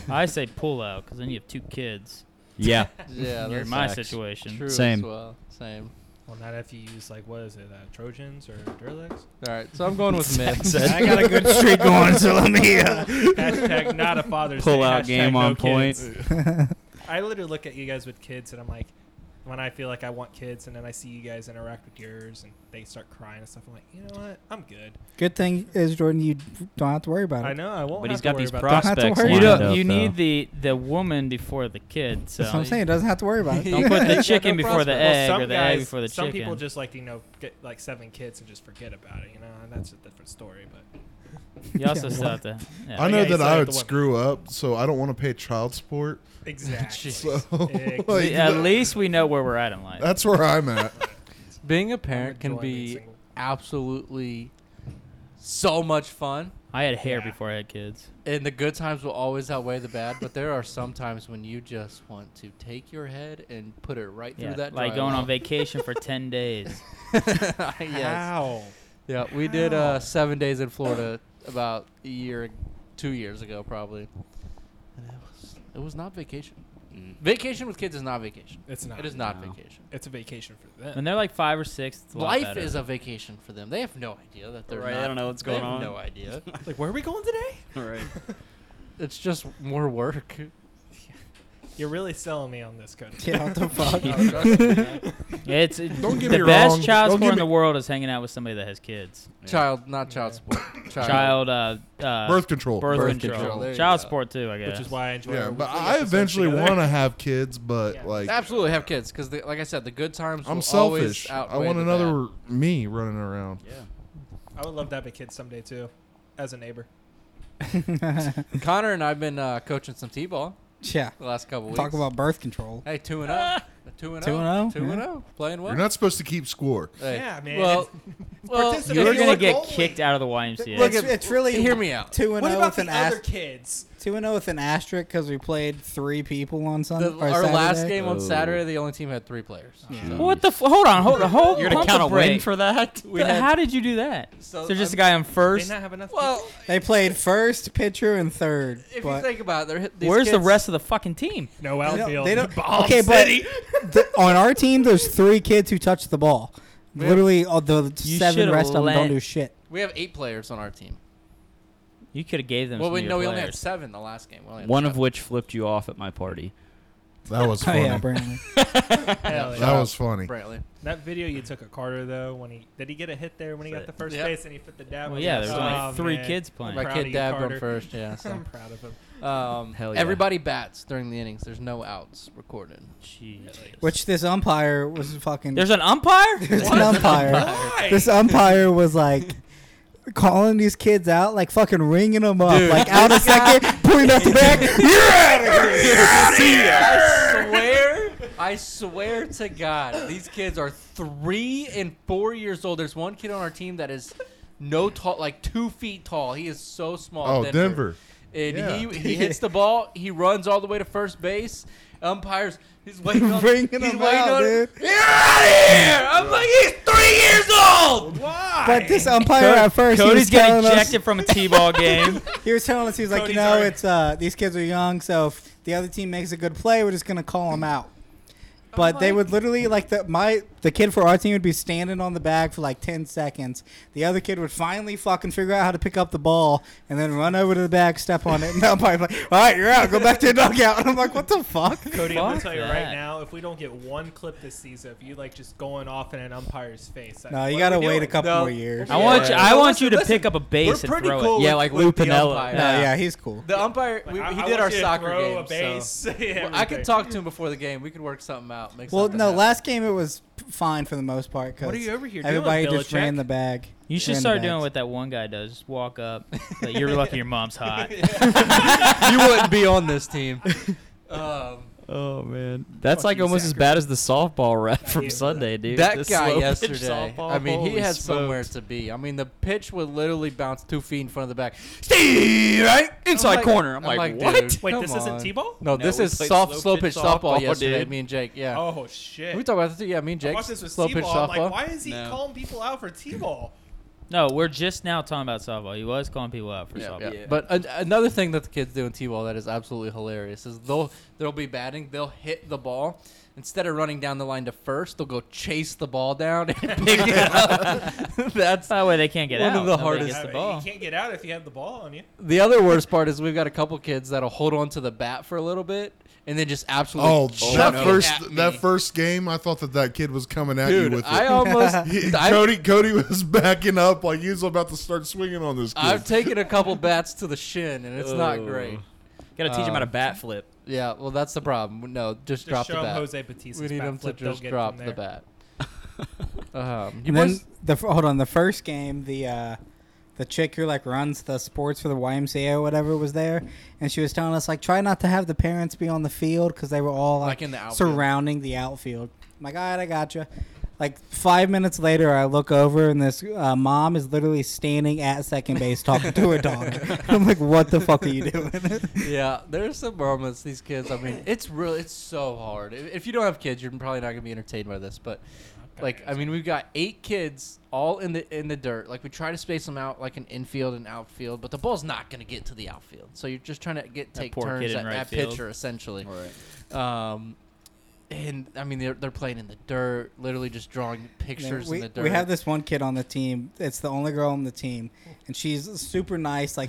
G: I say pull out because then you have two kids.
F: Yeah.
A: <laughs> Yeah,
G: You're
A: that's
G: in my
F: facts.
G: situation.
A: True
F: Same.
A: as well. Same.
B: Well, not if you use like what is it, uh, Trojans or Durlex?
A: All right, so I'm going
F: <laughs>
A: with myth.
C: I got a good streak going, so let me. Uh,
B: Hashtag not a father's
F: Pull
B: Day.
F: out
B: Hashtag
F: game
B: no
F: on point.
B: kids. I literally look at you guys with kids, and I'm like, when I feel like I want kids, and then I see you guys interact with yours, and they start crying and stuff. I'm like, you know what? I'm good.
C: <laughs> good thing is, Jordan, you don't have to worry about it.
B: I know I won't. have
F: But he's
B: to
F: got
B: worry
F: these
B: about
C: pro-
B: that.
F: prospects.
C: worry
G: You
F: lined
C: about
G: don't.
F: up,
G: You
F: though.
G: need the the woman before the kid. So
C: That's what I'm saying. It doesn't have to worry about
G: <laughs>
C: it.
G: don't put the
A: Yeah,
G: chicken
A: no
G: before the
A: prospect.
G: egg or the egg before the
B: some people
G: chicken.
B: just like you know get like seven kids and just forget about it. You know, and that's a different story. But
G: You also
C: Yeah.
G: still have to.
E: I know
G: Yeah.
B: yeah, you
E: that
B: still
E: I
B: have
E: would
B: to work.
E: screw up, so I don't want to pay child support.
B: exactly.
E: So
B: Exactly.
E: like,
G: At least we know where we're at in
E: <laughs>
G: life.
E: that's where
A: <laughs>
E: I'm at.
A: Being a
B: I'm
A: parent can
B: enjoying being
A: be
B: single.
A: absolutely so much fun,
G: I had hair
B: Yeah.
G: before I had kids.
A: and the good times will always outweigh the bad. But there are some times when you just want to take your head and put it right
G: Yeah,
A: through that.
G: like going on
A: drywall.
G: vacation for ten days.
A: <laughs> yes.
B: How?
A: Yeah, we did uh, seven days in Florida about a year, two years ago, probably. And it was it was not vacation. Vacation with kids is not vacation.
B: Mm. It's not.
A: It is not
F: No.
A: vacation.
B: It's a vacation for them.
F: When they're like five or six, it's a lot
A: Life
F: better.
A: is a vacation for them. They have no idea that they're
G: Right, they
A: Not,
G: don't know what's
A: they
G: going
A: have
G: on.
A: No
G: <laughs>
A: idea.
B: like, where are we going today?
G: All right.
A: it's just more
G: <laughs>
A: work.
B: You're really selling me on this, Cody.
C: <laughs> Yeah, what the fuck?
F: It's it-
E: Don't get
F: the
E: me
F: best
E: wrong.
F: child
E: Don't
F: support
E: get
F: in
E: me-
F: the world is hanging out with somebody that has kids.
A: Child, not child support. Child.
F: Child, uh, uh,
E: Birth control.
F: birth
A: Birth
F: control,
A: control, there you
F: child
A: go.
F: support too. I guess.
B: Which is why I enjoy.
E: yeah,
B: our
E: but
B: weekly
E: I
B: episodes
E: eventually
B: together.
E: want to have kids, but
B: Yeah.
E: like
A: Absolutely have kids because, like I said, the good times.
E: I'm
A: will always
E: selfish. I
A: outweigh
E: want
A: the
E: another
A: bad.
E: me running around.
B: I would love to have a kid someday too, as a neighbor.
A: Connor and I've been uh, coaching some t-ball
C: yeah.
A: the last couple weeks.
C: Talk about birth control.
A: hey two and zero, two and
C: Two
A: zero,
C: and oh,
A: two and
C: yeah.
A: zero, playing well.
E: You're not supposed to keep score.
A: Hey,
B: Yeah, man. <laughs>
A: Well, well,
B: Participate.
F: You're
B: If you
F: gonna
B: look
F: get
B: lonely-
F: kicked out of the YMCA.
A: Look
C: it's,
A: at-
C: it's really
A: hear me out.
C: Two and
B: what
C: zero
B: about
C: with
B: the
C: an
B: other
C: asterisk.
B: kids?
C: Two and zero with an asterisk because we played three people on Sunday.
A: The, our last game
E: Oh.
A: on Saturday, the only team had three players.
F: what the? F- hold on. Hold. Hold.
G: You're gonna
F: pump the
G: count a win
F: brake.
G: for that?
F: Th- How did you do that?
A: So
F: So, just
A: I'm-
F: a guy on
B: They
F: first.
B: not have enough.
A: Well,
C: They played first, pitcher, and third.
A: if you
C: but
A: think about it, they're hit- these
F: Where's the
A: kids-
F: rest of the fucking team?
B: people. no
C: they
B: outfield.
C: don't, they don't-
B: Bomb <laughs>
C: okay,
B: city.
C: but <laughs> the, on our team, there's three kids who touch the ball.
A: Yeah.
C: Literally, all the
F: You
C: seven
F: should've
C: rest of them don't
F: let-
C: do
F: <laughs>
C: shit.
A: We have eight players on our team.
F: You could have gave them.
A: Well,
F: some
A: we
F: of your
A: no, we
F: players.
A: only had seven the last game. We only had
G: One of
A: seven.
G: which flipped you off at my party.
E: That
C: <laughs>
E: was
C: Oh
E: funny.
C: yeah, Brandon.
B: Hell yeah.
E: that was funny.
A: Brantley.
B: That video you took of Carter though, when he did he get a hit there when he got the first
A: Yep.
B: base and he put the dab.
F: Well,
B: on
F: yeah,
B: the
F: there's
B: side?
F: only
B: Oh,
F: three
B: man.
F: kids playing.
A: My
B: proud of
A: kid
B: you,
A: dabbed on
B: Carter.
A: first.
B: <laughs>
A: Yeah. So.
B: I'm proud of him.
A: Um,
G: Hell yeah.
A: Everybody bats during the innings. There's no outs recorded.
F: Jeez.
C: Which this umpire was fucking. <laughs>
F: There's an umpire.
C: There's an
F: <laughs>
C: umpire.
B: Why?
C: This umpire was like calling these kids out, like fucking ringing them up,
A: Dude,
C: like out a
F: <laughs>
C: second, pointing at the back.
A: I swear, I swear to God, these kids are three and four years old. There's one kid on our team that is no tall, like two feet tall. He is so small.
E: Oh, Denver.
A: And
E: Yeah.
A: he, he hits the ball. He runs all the way to first base. Umpires, he's waiting on
C: Bringing
A: he's
C: him
A: waiting
C: out,
A: on
C: dude.
A: Get out of here! I'm like, he's three years old.
B: Why?
C: But this umpire at first, he was
F: Cody's
C: telling
F: getting
C: us,
F: ejected from a t-ball game.
C: he was telling us, he was like, you
B: Cody's
C: know,
B: already-
C: it's uh, these kids are young, so if the other team makes a good play, we're just gonna call them out.
B: Oh
C: But they would literally like the my the kid for our team would be standing on the bag for like ten seconds. The other kid would finally fucking figure out how to pick up the ball and then run over to the bag, step on it, and the umpire's like, "All right, you're out. Go back to the dugout." <laughs> And I'm like, "What the fuck?"
B: Cody, I'm gonna
F: Fuck
B: tell you
F: that.
B: right now, if we don't get one clip this season of you like just going off in an umpire's face,
C: No, you
B: what
C: gotta
B: are we
C: wait a
B: doing?
C: couple
A: No.
C: more years.
F: I want you.
A: Yeah.
F: I
A: No,
F: want you to
A: listen,
F: pick up a base and throw it.
A: with-
G: Yeah, like
A: with
G: Lou
A: the
G: Piniella.
A: umpire.
C: No, yeah, he's cool.
A: The umpire, we,
B: Like, I-
A: he
B: I
A: did
B: want
A: our
B: you to
A: soccer
B: throw
A: game.
B: A base. <laughs>
A: so-
B: Yeah,
A: Well, I could
B: everything.
A: talk to him before the game. We could work something out. Make
C: Well,
A: something
C: no,
A: happen.
C: last game it was fine for the most part
B: What are
C: because
B: you over here
C: everybody
B: doing,
C: just ran
B: Belichick?
C: the bag.
F: You should
C: Ran the
F: start
C: bags.
F: doing what that one guy does. Just walk up. Like, you're lucky your mom's hot.
A: you wouldn't be on this team. Um,
G: Oh man, that's
B: Fuck
G: like
B: you,
G: almost as
B: Zachary.
G: bad as the softball rep
B: Not
G: from
B: you.
G: Sunday, dude. The
A: that guy
G: slow <laughs> pitch
A: yesterday.
G: softball,
A: I mean, he
G: holy
A: had
G: smokes.
A: somewhere to be. I mean, the pitch would literally bounce two feet in front of the back.
G: Steve, right inside
A: like-
G: corner. I'm,
A: I'm
G: like,
A: like,
G: what?
A: dude.
B: Wait,
A: Come
B: this
A: on.
B: isn't T-ball?
A: No,
G: No,
A: this
G: we
A: is
G: played
A: soft
G: slow
A: slow pitch
G: pitch
A: softball
G: softball,
A: yesterday.
G: dude.
A: Me and Jake. Yeah,
B: Oh shit!
A: we talked about this. too. Yeah, me and
B: I
A: Jake.
B: watched this with
A: slow pitch
B: T-ball. I'm
A: softball.
B: like, why is he
G: No.
B: calling people out
A: <laughs>
B: for T-ball?
F: No, we're just now talking about softball. He was calling people out for
A: Yeah,
F: softball.
A: yeah. But an another thing that the kids do in t-ball that is absolutely hilarious is they'll they'll be batting, they'll hit the ball. Instead of running down the line to first, they'll go chase the ball down and <laughs> pick it up. <laughs> That's
F: That way they can't get
A: One
F: out.
A: of the
F: Nobody
A: hardest-
F: gets
B: I
F: the
B: mean,
F: ball.
B: You can't get out if you have the ball on you.
A: the other worst part is we've got a couple kids that'll hold on to the bat for a little bit and then just absolutely.
E: Oh,
A: chuck
E: that
A: it at
E: first
A: me.
E: that first game, I thought that that kid was coming at
A: dude,
E: you with
A: I
E: it.
A: almost.
E: <laughs>
A: <laughs>
E: He-
A: I,
E: Cody Cody was <laughs> backing up like he was about to start swinging on this kid.
A: I've taken a couple bats to the shin and it's not
G: Oh.
A: great.
G: Gotta teach him how to bat flip.
A: Yeah, well, that's the problem. No, just,
B: Just
A: drop
B: show
A: the
B: him
A: bat.
B: Jose Batista's
A: we need
B: bat
A: him to
B: flip, they'll
A: just
B: get
A: drop
B: from
A: the
B: there. <laughs>
A: bat. um, you
C: And then
A: boys-
C: the f- hold on the first game the uh, the chick who like runs the sports for the YMCA or whatever was there, and she was telling us like try not to have the parents be on the field because they were all like,
A: Like in the outfield.
C: surrounding the outfield. I'm like, all right, I gotcha. Like five minutes later, I look over and this uh, mom is literally standing at second base talking to
A: <laughs>
C: her daughter. <laughs> I'm like, what the fuck are you doing?
A: yeah, there's some moments these kids. I mean, it's really it's so hard. If, if you don't have kids, you're probably not gonna be entertained by this. But like, I mean, we've got eight kids all in the in the dirt. Like we try to space them out like an infield and outfield, but the ball's not gonna get to the outfield. So you're just trying to get take
F: poor
A: turns
F: kid in
A: at,
F: right
A: at
F: field.
A: pitcher essentially.
G: Right.
A: Um, and I mean they're they're playing in the dirt, literally just drawing pictures
C: we,
A: in the dirt.
C: we have this one kid on the team. It's the only girl on the team, and she's super nice. Like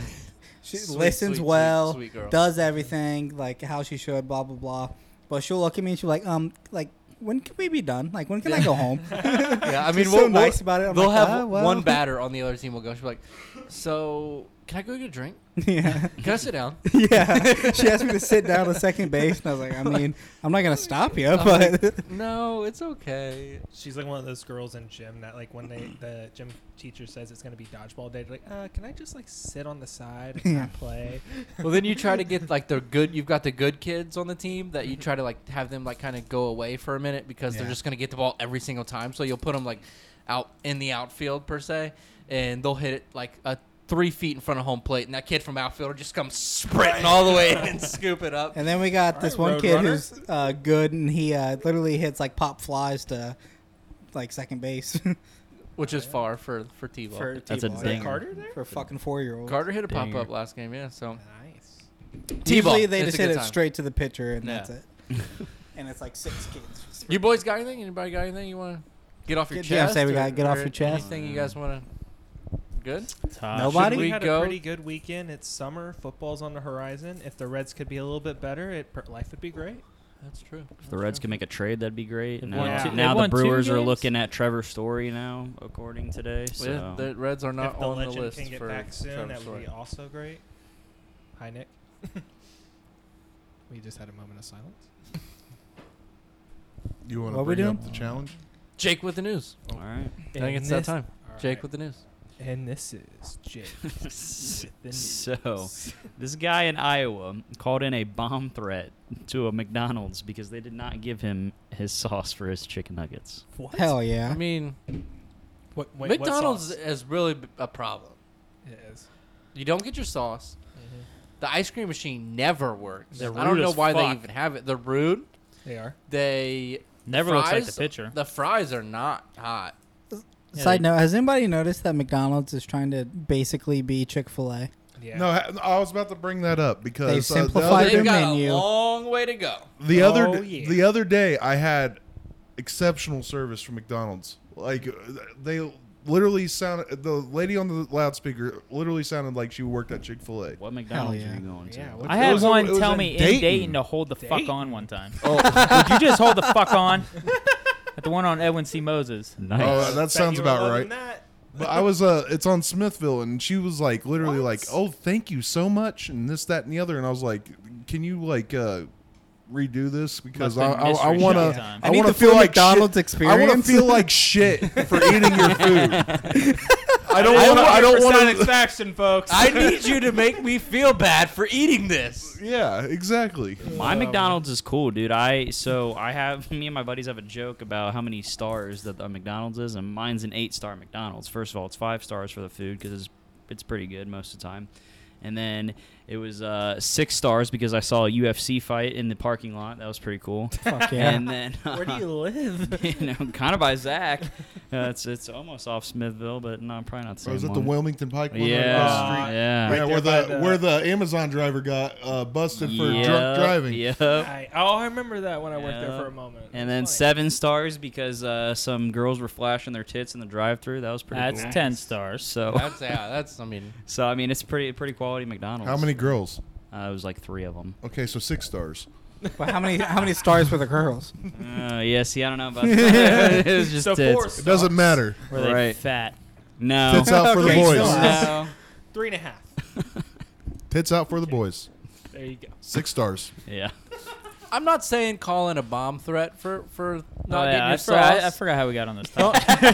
C: she
A: Sweet,
C: listens
A: sweet, sweet,
C: well,
A: sweet girl.
C: does everything like how she should. Blah blah blah. But she'll look at me and she'll be like, um, like when can we be done? Like when can I
B: <laughs>
C: go home? <laughs>
A: yeah, I mean
C: She's
A: we'll,
C: so
A: we'll-
C: nice about it. I'm
A: they'll
C: like,
A: have
C: "Ah, well."
A: one batter on the other team. will go. She'll be like, so can I go get a drink?
C: yeah,
A: Can I sit
C: <laughs>
A: down?
C: yeah. she asked me to sit down at second base, and I was like, I mean, I'm not gonna stop you,
B: <laughs>
A: I'm
C: but <laughs>
A: No, it's okay.
B: She's like one of those girls in gym that like when they the gym teacher says it's gonna be dodgeball day, they're like, uh, can I just like sit on the side
A: <laughs>
B: and not play?
A: Well, then you try to get like the good. You've got the good kids on the team that you try to like have them like kind of go away for a minute because they're
C: Yeah.
A: just gonna get the ball every single time. So you'll put them like out in the outfield per se, and they'll hit it like a three feet in front of home plate, and that kid from outfielder just comes sprinting all the way
C: <laughs>
A: in and scoop it up.
C: And then we got
B: All
C: this
B: right,
C: one
B: Road
C: kid
B: Runner.
C: who's uh, good, and he uh, literally hits like pop flies to like second base <laughs>
A: which is far for for T-ball.
C: for
F: That's a
C: T-ball.
B: Is that
F: Dinger.
B: Carter there?
C: for a fucking four year old.
A: Carter hit a pop
F: Dinger.
A: up last game, yeah. So
B: Nice.
A: T-ball,
C: Usually they
A: it's
C: just
A: a
C: hit
A: good
C: it
A: time.
C: straight to the pitcher, and
A: Yeah.
C: that's
A: <laughs>
C: it. and it's like six kids.
A: You boys got anything? Anybody got anything you want to get off your
C: Get- yeah,
A: chest?
C: say we
A: or-
C: gotta get off
A: or
C: your chest.
A: Anything you guys want to? Good.
F: Tosh.
C: Nobody- Why do
B: we
A: Uh, we
B: had
A: go-
B: a pretty good weekend. It's summer. Football's on the horizon. If the Reds could be a little bit better, it, per- life would be great.
A: That's true.
F: If the Reds could make a trade, that'd be great.
D: They've
F: Now,
D: won
B: two- they've
F: now the
D: won two
F: Brewers are
D: games?
F: looking at Trevor Story now, according today. So
A: Well, The Reds are not
B: if the
A: on the
B: legend
A: list
B: can get
A: for
B: back soon,
A: Trevor
B: that would
A: Story.
B: be also great. Hi, Nick. <laughs> we just had a moment of silence.
E: You want to
C: What we
E: bring up
C: doing?
E: the challenge?
A: Jake with the news. <laughs>
F: all right.
A: I think it's that time. Jake with the news.
B: And this is Jake.
A: <laughs>
F: <laughs> So, this guy in Iowa called in a bomb threat to a McDonald's because they did not give him his sauce for his chicken nuggets.
B: what?
C: Hell yeah!
A: I mean,
B: What, wait, what
A: McDonald's
B: sauce?
A: is really b- a problem.
B: It is.
A: You don't get your sauce.
B: Mhm.
A: The ice cream machine never works.
F: Mm-hmm. They're
A: I don't
F: rude
A: know
F: as
A: why they
F: fuck.
A: even have it. They're rude.
B: They are.
A: They
F: Never
A: fries,
F: looks like the picture.
A: The fries are not hot.
C: Side note: Has anybody noticed that McDonald's is trying to basically be Chick Fil A?
B: Yeah.
E: No, ha- I was about to bring that up because
C: They
E: uh, the
C: simplified
E: other-
C: Find
A: They've
C: their
A: got
C: menu.
A: a long way to go.
E: The other
B: Oh,
E: d-
B: yeah.
E: the other day, I had exceptional service from McDonald's. Like uh, they literally sounded. The lady on the loudspeaker literally sounded like she worked at Chick Fil A.
F: What McDonald's
C: yeah.
F: are you going to?
B: Yeah, what-
F: What
B: It
F: the
G: I had
E: was in-
G: one
E: it was
G: tell
E: in
G: me
E: Dayton.
G: in Dayton to hold the fuck
B: Dayton?
G: on one time. Would you just hold the fuck
F: <laughs>
G: on? At the one on Edwin C. Moses.
E: Oh,
F: nice.
E: that sounds about right. But I was uh, it's on Smithville, and she was like literally
B: What?
E: like, "Oh, thank you so much," and this, that, and the other, and I was like, "Can you like uh, redo this because I
F: Must've
E: I,
F: missed
E: I
F: your
E: want
F: shot
E: to
F: time.
E: I
C: need
E: want
C: the
E: to feel
C: full
E: like
C: McDonald's
E: shit. I want
C: experience.
E: to feel like shit for eating your food. I don't
G: I
E: want to. I don't want to.
G: satisfaction, folks.
A: I need you to make me feel bad for eating this.
E: Yeah, exactly.
B: Um,
F: My McDonald's is cool, dude. I so I have <laughs> me and my buddies have a joke about how many stars that a McDonald's is, and mine's an eight-star McDonald's. First of all, it's five stars for the food because it's it's pretty good most of the time, and then it was uh, six stars because I saw a UFC fight in the parking lot. That was pretty
B: <laughs>
F: cool.
C: Fuck yeah!
F: And then
B: Where do you
G: <laughs>
B: live?
F: <laughs> you know, kind of by Zach.
B: <laughs>
F: Uh, it's it's almost off Smithville, but no, probably not the
E: I
F: same
E: was at the
F: one.
E: Wilmington Pike one right across the
F: yeah,
E: street.
F: yeah,
E: Yeah,
B: Right
E: where
B: there
E: the,
B: by the-
E: where the Amazon driver got uh, busted for
F: Yep,
E: drunk driving.
F: Yep.
B: I, oh, I remember that when I worked there
F: Yeah.
B: for a moment.
F: And then
B: Funny.
F: seven stars because uh, some girls were flashing their tits in the drive-through. That was pretty.
D: That's
F: cool.
D: ten stars.
F: So,
A: That's yeah. That's I mean,
F: so I mean, it's pretty pretty quality McDonald's.
E: How many girls?
F: Uh, it was like three of them.
E: Okay, so six stars.
C: but how many how many stars were the girls?
F: Uh, yeah. See, I don't know about. <laughs> it was just
B: So
F: tits.
B: four
E: It doesn't matter.
D: Were they
F: Right.
D: fat?
F: No.
E: Tits out for the
C: Okay,
E: boys.
C: so-
F: <laughs> no.
B: Three and a half.
E: Tits out for the boys.
B: There you go.
E: Six stars.
F: Yeah.
A: I'm not saying call in a bomb threat for for not
G: oh,
A: getting
G: yeah, I,
A: your
G: forgot, I, I
A: sauce.
G: forgot how we got
A: <laughs>
G: on this.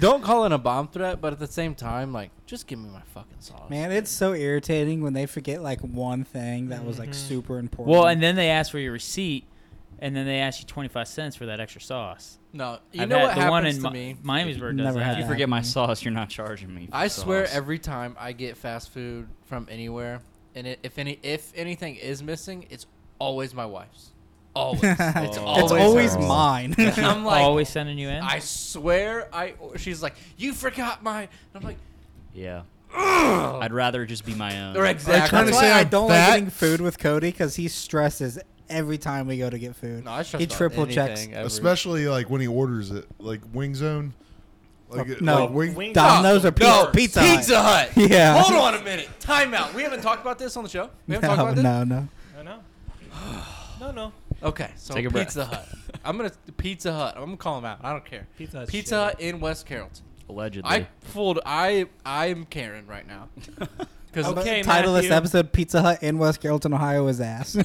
A: Don't call in a bomb threat, but at the same time, like, just give me my fucking sauce.
C: Man, it's so irritating when they forget like one thing that was like super
A: Oh.
C: important.
G: Well, and then they asked for your receipt, and then they asked you twenty five cents for that extra sauce.
A: no, you
G: I've
A: know
G: had-
A: what
G: the
A: happens
G: one in
A: to
G: Mi-
A: me?
G: Miamisburg does
C: Never
G: that.
C: had
F: If you
C: that.
F: forget my
C: happened.
F: sauce, you're not charging me. for
A: I swear,
F: sauce.
A: every time I get fast food from anywhere, and it, if any if anything is missing, it's always my wife's.
C: <laughs>
A: Always, it's always,
C: it's always
A: hers.
C: mine.
A: And
G: <laughs>
A: I'm like,
G: Oh. always sending you in.
A: I swear, I. She's like, you forgot my. And I'm like,
F: Yeah. I'd rather it just be my own.
A: or
E: trying
A: exactly.
E: to
C: That's why
E: say
C: I
E: I'm
C: don't
E: fat?
C: like eating food with Cody because he stresses every time we go to get food.
A: No, I trust
C: He
A: on
C: triple checks.
A: anything, every-
E: Especially like when he orders it, like Wing Zone. Like,
C: No.
E: like wing,
B: Wing-
C: Domino's
B: No,
C: or pizza?
A: No,
C: pizza.
A: Pizza,
C: Hut.
A: Hut.
C: Yeah.
A: Hold on a minute. Time out. We haven't talked about this on the show. We haven't talked about
C: No,
A: this.
B: I
C: no, no.
B: know. No, no.
A: Okay, so
F: Take a breath.
A: Pizza Hut. I'm gonna Pizza Hut. I'm gonna call him out. I don't care.
B: Pizza Hut's
A: Pizza
B: shitty.
A: Hut in West Carrollton.
F: Allegedly.
A: I pulled. I I'm Karen right now. Because
B: Okay,
C: Title of this
B: Matthew.
C: episode: Pizza Hut in West Carrollton, Ohio is ass.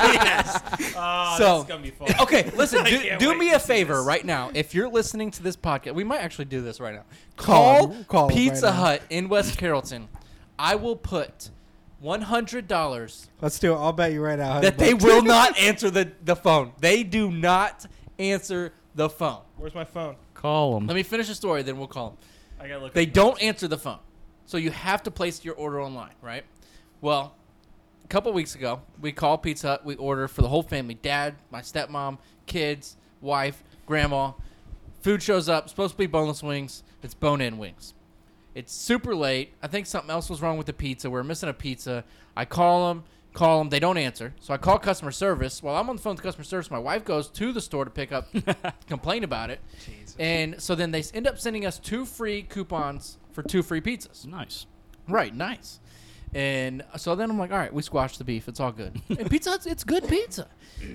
B: Ah,
A: So-
B: this is gonna be fun.
A: <laughs> okay,
C: <laughs>
A: listen.
B: I
A: Do,
B: can't
A: do
B: wait
A: me
B: to
A: a
B: see
A: favor
B: this.
A: right now. If you're listening to this podcast, we might actually do this right now.
C: Call
A: Call,
C: 'em. Call 'em right
A: Pizza
C: now.
A: Hut in West Carrollton. I will put one hundred dollars
C: Let's do it. I'll bet you right now.
A: that they will
C: <laughs>
A: not
B: <laughs>
A: answer the the phone. They do not answer the phone.
B: Where's my phone?
F: Call them.
A: Let me finish the story, then we'll call them.
B: I gotta look.
A: They
B: up-
A: don't answer the phone. So you have to place your order online, right? Well, a couple weeks ago, we call Pizza Hut. We order for the whole family dad, my stepmom, kids, wife, grandma. Food shows up. Supposed to be boneless wings. It's bone in wings. It's super late. I think something else was wrong with the pizza. We're missing a pizza. I call them, call them. They don't answer. So I call customer service. While I'm on the phone with customer service, my wife goes to the store to pick up, complain about it. And so then they s- end up sending us two free coupons for two free pizzas.
F: Nice.
A: Right, nice. And so then I'm like, all right, we squashed the beef. It's all good. And pizza, Hut's- it's good pizza.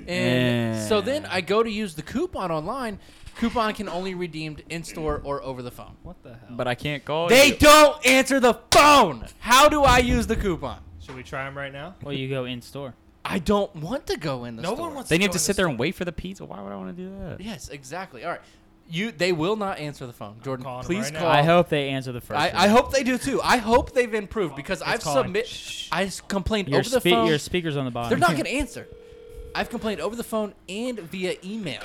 A: And so then I go to use the coupon online. Coupon can only redeemed in store or over the phone.
G: What the hell?
F: But I can't call
A: They
F: you.
A: don't answer the phone. How do I use the coupon?
B: Should we try them right now?
G: Well, you go in store.
A: I don't want to go in the store.
F: Then you have to sit there and wait for the pizza. Why would I want to do that?
A: Yes, exactly. All right. You they will not answer the phone. Jordan,
B: calling 'em
A: please
B: right now.
A: call.
G: I hope they answer the first.
A: I, I hope they do too. I hope they've improved because I've
B: calling.
A: submit I s- complained
G: your,
A: over the
G: spe-
A: phone.
G: your speakers on the bottom.
A: They're
G: <laughs>
A: not going to answer. I've complained over the phone and via email.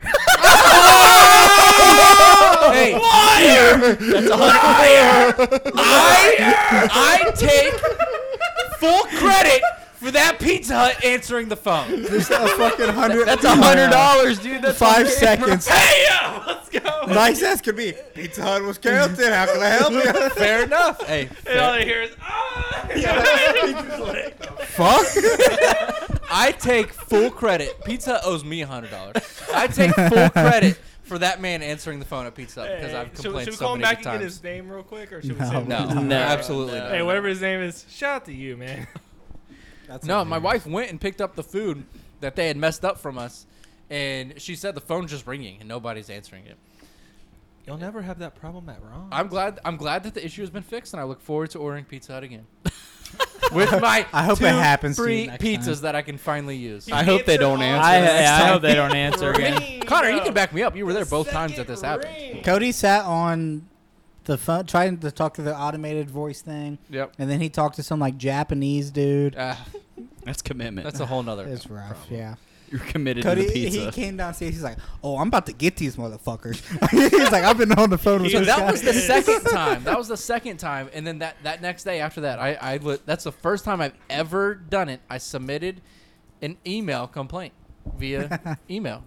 A: hey, <laughs> I, I take full credit for that Pizza Hut answering the phone.
C: There's a fucking hundred. That's
F: dollars, dude. That's
B: <laughs>
C: Five <laughs> seconds.
A: Hey, yo, let's go.
C: nice ass could be. Pizza Hut was Carrollton. How can I help you?
A: Fair enough. Hey,
B: All I hear is ah. <laughs>
C: Fuck.
A: I take full credit. Pizza Hut owes me hundred dollars. I take full credit for that man answering the phone at Pizza Hut because
B: Hey,
A: I've
B: should-
A: complained
B: should we
A: so
B: call him
A: many
B: back and
A: times.
B: get his name real quick, or should
C: No.
B: we say
A: no,
C: No.
A: absolutely not.
B: Hey, whatever his name is, shout out to you, man.
A: No, my wife went and picked up the food that they had messed up from us, and she said the phone's just ringing and nobody's answering it.
B: <laughs> You'll never have that problem at Ron.
A: I'm glad. I'm glad that the issue has been fixed, and I look forward to ordering Pizza Hut
B: <laughs>
A: again. With my
C: <laughs> I hope it
A: two
C: happens to you
A: free
C: next
A: pizzas
C: time.
A: that I can finally use.
B: I hope they don't
G: I, I hope they don't
B: <laughs>
G: answer again.
A: Connor, you can back me up. You were there both times that this happened.
C: Cody sat on the phone trying to talk to the automated voice thing,
A: Yep.
C: and then he talked to some like Japanese dude.
A: Uh,
F: That's commitment.
A: that's a whole nother.
C: It's rough. Yeah.
F: You're committed to
C: Cody,
F: the pizza.
C: he came downstairs. He's like, "Oh, I'm about to get these motherfuckers." <laughs> he's like, "I've been on the phone with
A: So
C: this guy."
A: that was
C: <laughs>
A: the second time. That was the second time, and then that, that next day after that, I, I li- that's the first time I've ever done it. I submitted an email complaint
C: <laughs>
A: via email.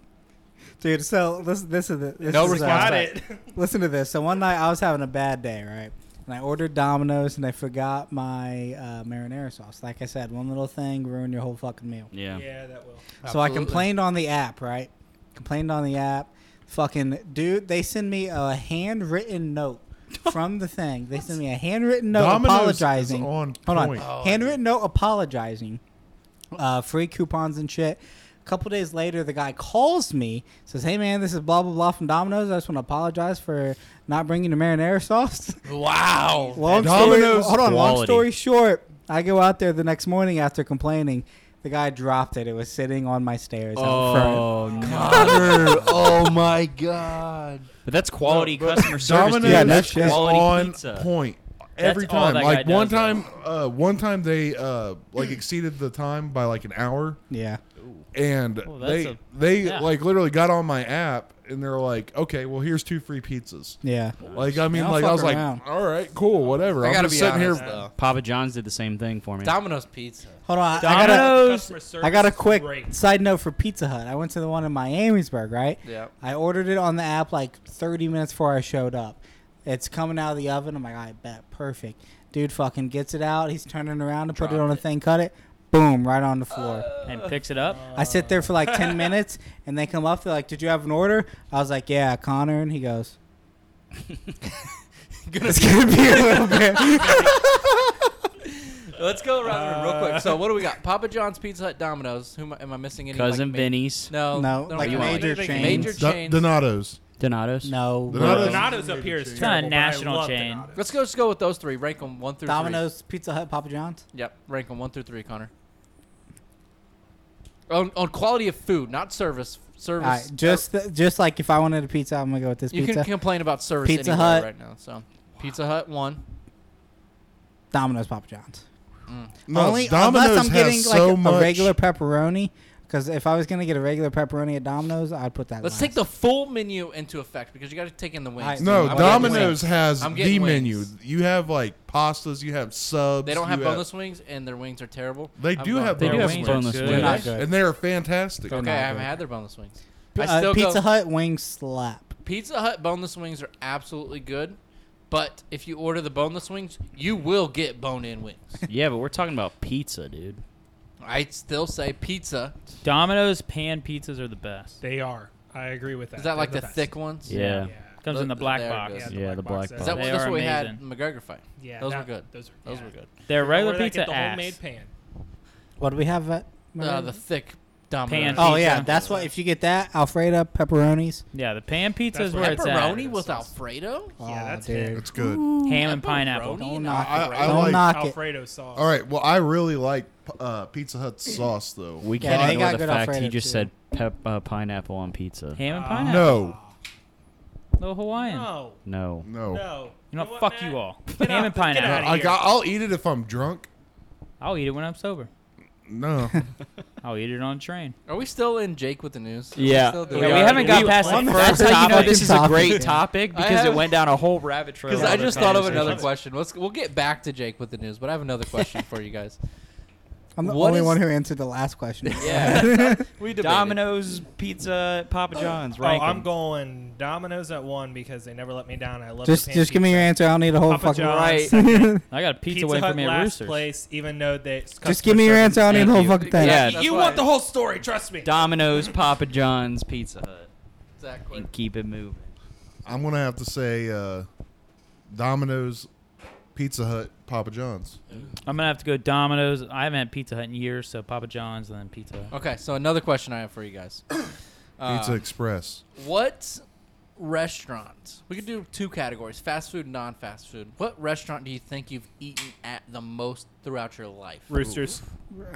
C: dude. So this this is the this
A: No
C: is, uh,
A: response.
B: Got it.
C: Listen to this. So one night I was having a bad day, right? And I ordered Domino's and I forgot my uh, marinara sauce. Like I said, one little thing ruined your whole fucking meal.
B: <laughs>
F: yeah.
B: Yeah, that will.
C: So I
A: Absolutely.
C: complained on the app, right? Complained on the app. Fucking dude, they send me a handwritten note from the thing. They send me a handwritten note
E: Domino's is
C: apologizing.
E: on
C: Hold on.
E: point.
C: handwritten note apologizing. Uh, free coupons and shit. A couple days later, the guy calls me, says, "Hey man, this is blah blah blah from Domino's. I just want to apologize for not bringing the marinara sauce." <laughs>
A: Wow.
C: Long story.
E: Domino's
C: Hold on. Long
F: quality.
C: story short, I go out there the next morning after complaining. The guy dropped it. It was sitting on my stairs out front.
A: Connor, oh my God.
F: But that's quality customer service.
E: Domino's
F: dude.
C: Yeah, no
F: that's
C: shit.
E: is
F: quality
E: on
F: pizza.
E: point every
G: all
E: time.
G: that
E: Like
G: guy
E: one
G: does, though.
E: time, uh, one time they uh, like exceeded the time by like an hour,
C: Yeah.
E: and
G: Oh, that's
E: they
G: a-
E: they
G: yeah.
E: like literally got on my app and they're like, okay, well here's two free pizzas.
C: Yeah.
E: Like I mean,
C: Now
E: like I
C: fuck
E: was like,
C: around.
E: all right, cool, whatever.
A: I
E: I'm
A: gotta
E: just
A: be
E: sitting
A: sitting
E: here.
A: though.
F: Papa John's did the same thing for me.
A: Domino's Pizza.
C: Hold on. I- I got
G: Domino's.
C: a, I got a quick side note for Pizza Hut. I went to the one in Miamisburg, right?
A: Yeah.
C: I ordered it on the app like 30 minutes before I showed up. It's coming out of the oven. I'm like, I bet. Perfect. Dude fucking gets it out. He's turning around to put it on a thing, cut it. boom, right on the floor.
F: and picks it up.
C: I sit there for like 10 minutes and they come up. They're like, Did you have an order? I was like, Yeah, Connor. And he goes, <laughs> It's going to be a little bit.
A: Let's go around the room Uh,
B: Uh,
A: real quick. So what do we got? Papa John's, Pizza Hut, Domino's. Who am I, am I missing? Any
F: Cousin
A: like, ma-
F: Vinny's,
A: No,
C: No,
A: they don't
C: like
A: count.
C: major chains.
G: Mm.
A: Major
E: Do-
A: chains.
E: Donatos.
F: Donatos.
C: No.
E: The
C: we're-
E: Donatos-
B: Donato's up here is
E: It's
B: terrible.
E: not
G: a
B: but I
G: national
B: love
G: chain.
B: Donatos.
A: Let's go. Just go with those three. Rank them one through
C: Domino's, Pizza Hut, Papa John's.
A: three. Yep. Rank them one through three, Connor. On, on quality of food, not service. Service.
C: All right, just the, just like if I wanted a pizza, I'm gonna go with this
A: you
C: pizza.
A: can complain about service
C: Pizza
A: anywhere
C: Hut.
A: right now. So Pizza Hut one.
C: Domino's, Papa John's.
E: No,
C: Only
E: Domino's
C: unless I'm getting
E: has
C: like
E: so
C: a
E: much.
C: regular pepperoni, because if I was gonna get a regular pepperoni at Domino's, I'd put that.
A: Let's
C: last.
A: take the full menu into effect because you got to take in the wings.
C: Alright,
A: too.
E: no,
A: I'm getting wings.
E: Domino's has
A: I'm
E: the
A: getting
E: menu.
A: wings.
E: You have like pastas. You have subs.
A: They don't
E: you
A: have boneless wings, and their wings are terrible.
E: They
A: I'm
E: do
A: going-
E: have
F: They do have
E: boneless
F: some
E: wings,
F: boneless
G: Good.
C: They're not
F: wings.
C: good.
E: and they are fantastic.
A: Okay, I
C: not
A: haven't
C: good.
A: had their boneless wings. I
C: Uh,
A: still
C: Pizza
A: go,
C: Hut wings slap.
A: Pizza Hut boneless wings are absolutely good, but if you order the boneless wings, you will get bone-in wings.
F: Yeah, but we're talking about pizza, dude.
A: I still say pizza.
G: Domino's pan pizzas are the best.
B: They are. I agree with that.
A: Is that like
B: They're
A: the,
B: best.
A: thick ones?
F: Yeah.
B: Yeah.
G: Comes in the
A: Th-
G: black
A: there it
G: box.
A: goes.
F: Yeah, the black
B: says-
A: Is that
F: box.
G: They
A: what, that's
G: are
A: what we had in
G: amazing.
A: McGregor fight?
B: Yeah,
A: Those were
B: that-
A: good.
B: Those were,
A: Those
B: yeah.
A: were good.
G: Their regular
B: Or they
G: pizza
B: get the
G: ass.
B: homemade pan.
C: What do we have at?
A: Uh, the thick Domino's.
G: Pan
C: oh yeah,
G: pizza.
C: that's what. If you get that Alfredo pepperonis,
G: Yeah, the pan pizza
B: That's
G: is
B: what-
G: where it's at.
A: Oh, Pepperoni with Alfredo?
C: oh,
B: Yeah, that's
C: dude.
E: It's good.
G: Ham and
A: Pepperoni
G: pineapple.
A: and
C: Don't knock
E: I-
A: Alfredo?
E: I
C: Don't
E: like-
C: knock it.
B: Alfredo sauce.
E: All right. Well, I really like uh, Pizza Hut sauce though.
F: We
C: Yeah,
F: can't
C: they
F: ignore
C: got
F: the
C: good
F: fact
C: Alfredo,
F: he just
C: too.
F: said pep, uh, pineapple on pizza.
G: Ham and
B: Ah.
G: pineapple.
E: no,
G: Little Hawaiian.
B: No.
F: No.
E: no.
B: No.
G: You know,
B: Oh, what,
G: fuck
B: Matt?
G: you all.
B: Get
G: Ham
B: out-
G: and
B: get
G: pineapple.
B: outta
E: I
B: here.
E: got, I'll eat it if I'm drunk.
G: I'll eat it when I'm sober.
E: No.
G: I'll eat it on a train.
A: Are we still in Jake with the news? Are we
F: Yeah.
A: still
G: We,
A: doing-
B: Yeah, we
G: haven't got past
C: on
G: the
C: the
G: first
C: first
G: topic. You know
C: topic.
G: this is a
C: Yeah.
G: great topic
A: I
G: because it
A: have-
G: went down a whole rabbit trail.
A: Because
G: of
A: I
G: other
A: just thought of another
G: conversations.
A: question. Let's we'll get back to Jake with the news, but I have another question for you guys.
C: I'm the
A: What
C: only
A: is-
C: one who answered the last question. <laughs>
A: Yeah, we debated.
G: Domino's Pizza, Papa John's.
B: Oh,
G: Rank
B: I'm
G: 'em.
B: going Domino's at one because they never let me down. I love
C: just
B: the pan
C: just give me
B: pizza.
C: your answer. I don't need a whole
B: Papa
C: fucking.
B: John's
C: Right.
G: I got a pizza,
B: Pizza
G: waiting
B: Hut
G: for me at
B: last
G: Roosters.
B: place, even though they it's
C: <laughs>
B: <laughs>
C: just
B: customer
C: give me your
B: service.
C: answer. I don't need
F: Thank
C: the whole
F: you.
C: fucking thing.
F: Yeah.
B: You
A: That's why-
B: want the whole story, trust me.
F: Domino's, Papa John's, Pizza Hut,
A: Exactly.
F: and keep it moving.
E: I'm gonna have to say uh, Domino's, Pizza Hut, Papa John's.
G: I'm gonna have to go Domino's. I haven't had Pizza Hut in years, so Papa John's and then Pizza. Hut.
A: Okay, so another question I have for you guys. Uh,
E: Pizza Express.
A: What restaurant? We could do two categories: fast food, and non-fast food. What restaurant do you think you've eaten at the most throughout your life?
B: Roosters.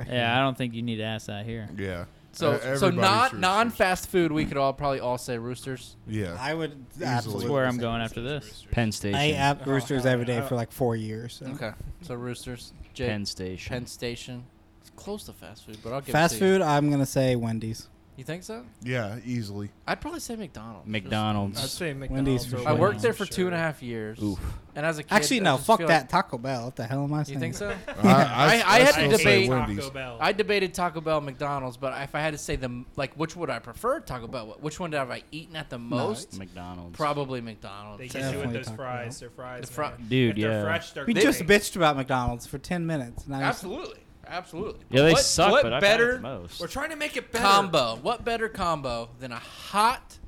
G: Yeah, I don't think you need to ask that here.
E: Yeah.
A: So,
E: E-
A: so
E: everybody's
A: not
E: Roosters.
A: non-fast food. We could all probably all say roosters.
E: Yeah.
C: I would
E: absolutely
C: absolutely.
G: That's where I'm going after this.
F: Penn Station.
C: I ate at Roosters
B: hell
C: every day
B: yeah.
C: for like four years. so.
A: Okay, so roosters. Jake,
F: Penn
A: Penn,
F: Station.
A: Station. It's close to fast food, but I'll give it
C: Fast
A: to you.
C: food, I'm gonna say Wendy's.
A: You think so?
E: Yeah. Easily.
A: I'd probably say McDonald's.
B: I'd
F: McDonald's.
B: say
C: Wendy's
B: McDonald's.
C: for
B: or
C: sure.
A: I worked
B: Wendy's
A: there
B: for
A: for two and a
B: sure.
A: half years.
F: Oof.
A: And as a kid,
C: Actually,
A: I
C: no.
A: just
C: Fuck
A: feel
C: that Taco Bell. What the hell am I
A: Like,
C: saying?
A: you think so?
E: I,
A: I- I had to
E: still say
A: debate-
E: Wendy's.
B: Taco Bell.
A: I debated Taco Bell, McDonald's, but if I had to say the like, which would I prefer? Taco Bell. Which one have I eaten at the most?
F: McDonald's.
A: Probably
B: they
A: McDonald's.
B: get you with
C: Definitely
B: those
C: Taco
B: fries. Their fries.
A: The fri-
B: man.
F: Dude,
B: if they're
F: yeah.
B: fresh, they're
C: We
B: great.
C: just bitched about McDonald's for ten minutes.
A: <laughs>
C: Now you're-
A: Absolutely, absolutely.
F: Yeah, they
A: what,
F: suck,
A: What
F: but I've had it
A: better
F: the most.
B: We're trying to make it better.
A: combo? What better combo than a hot,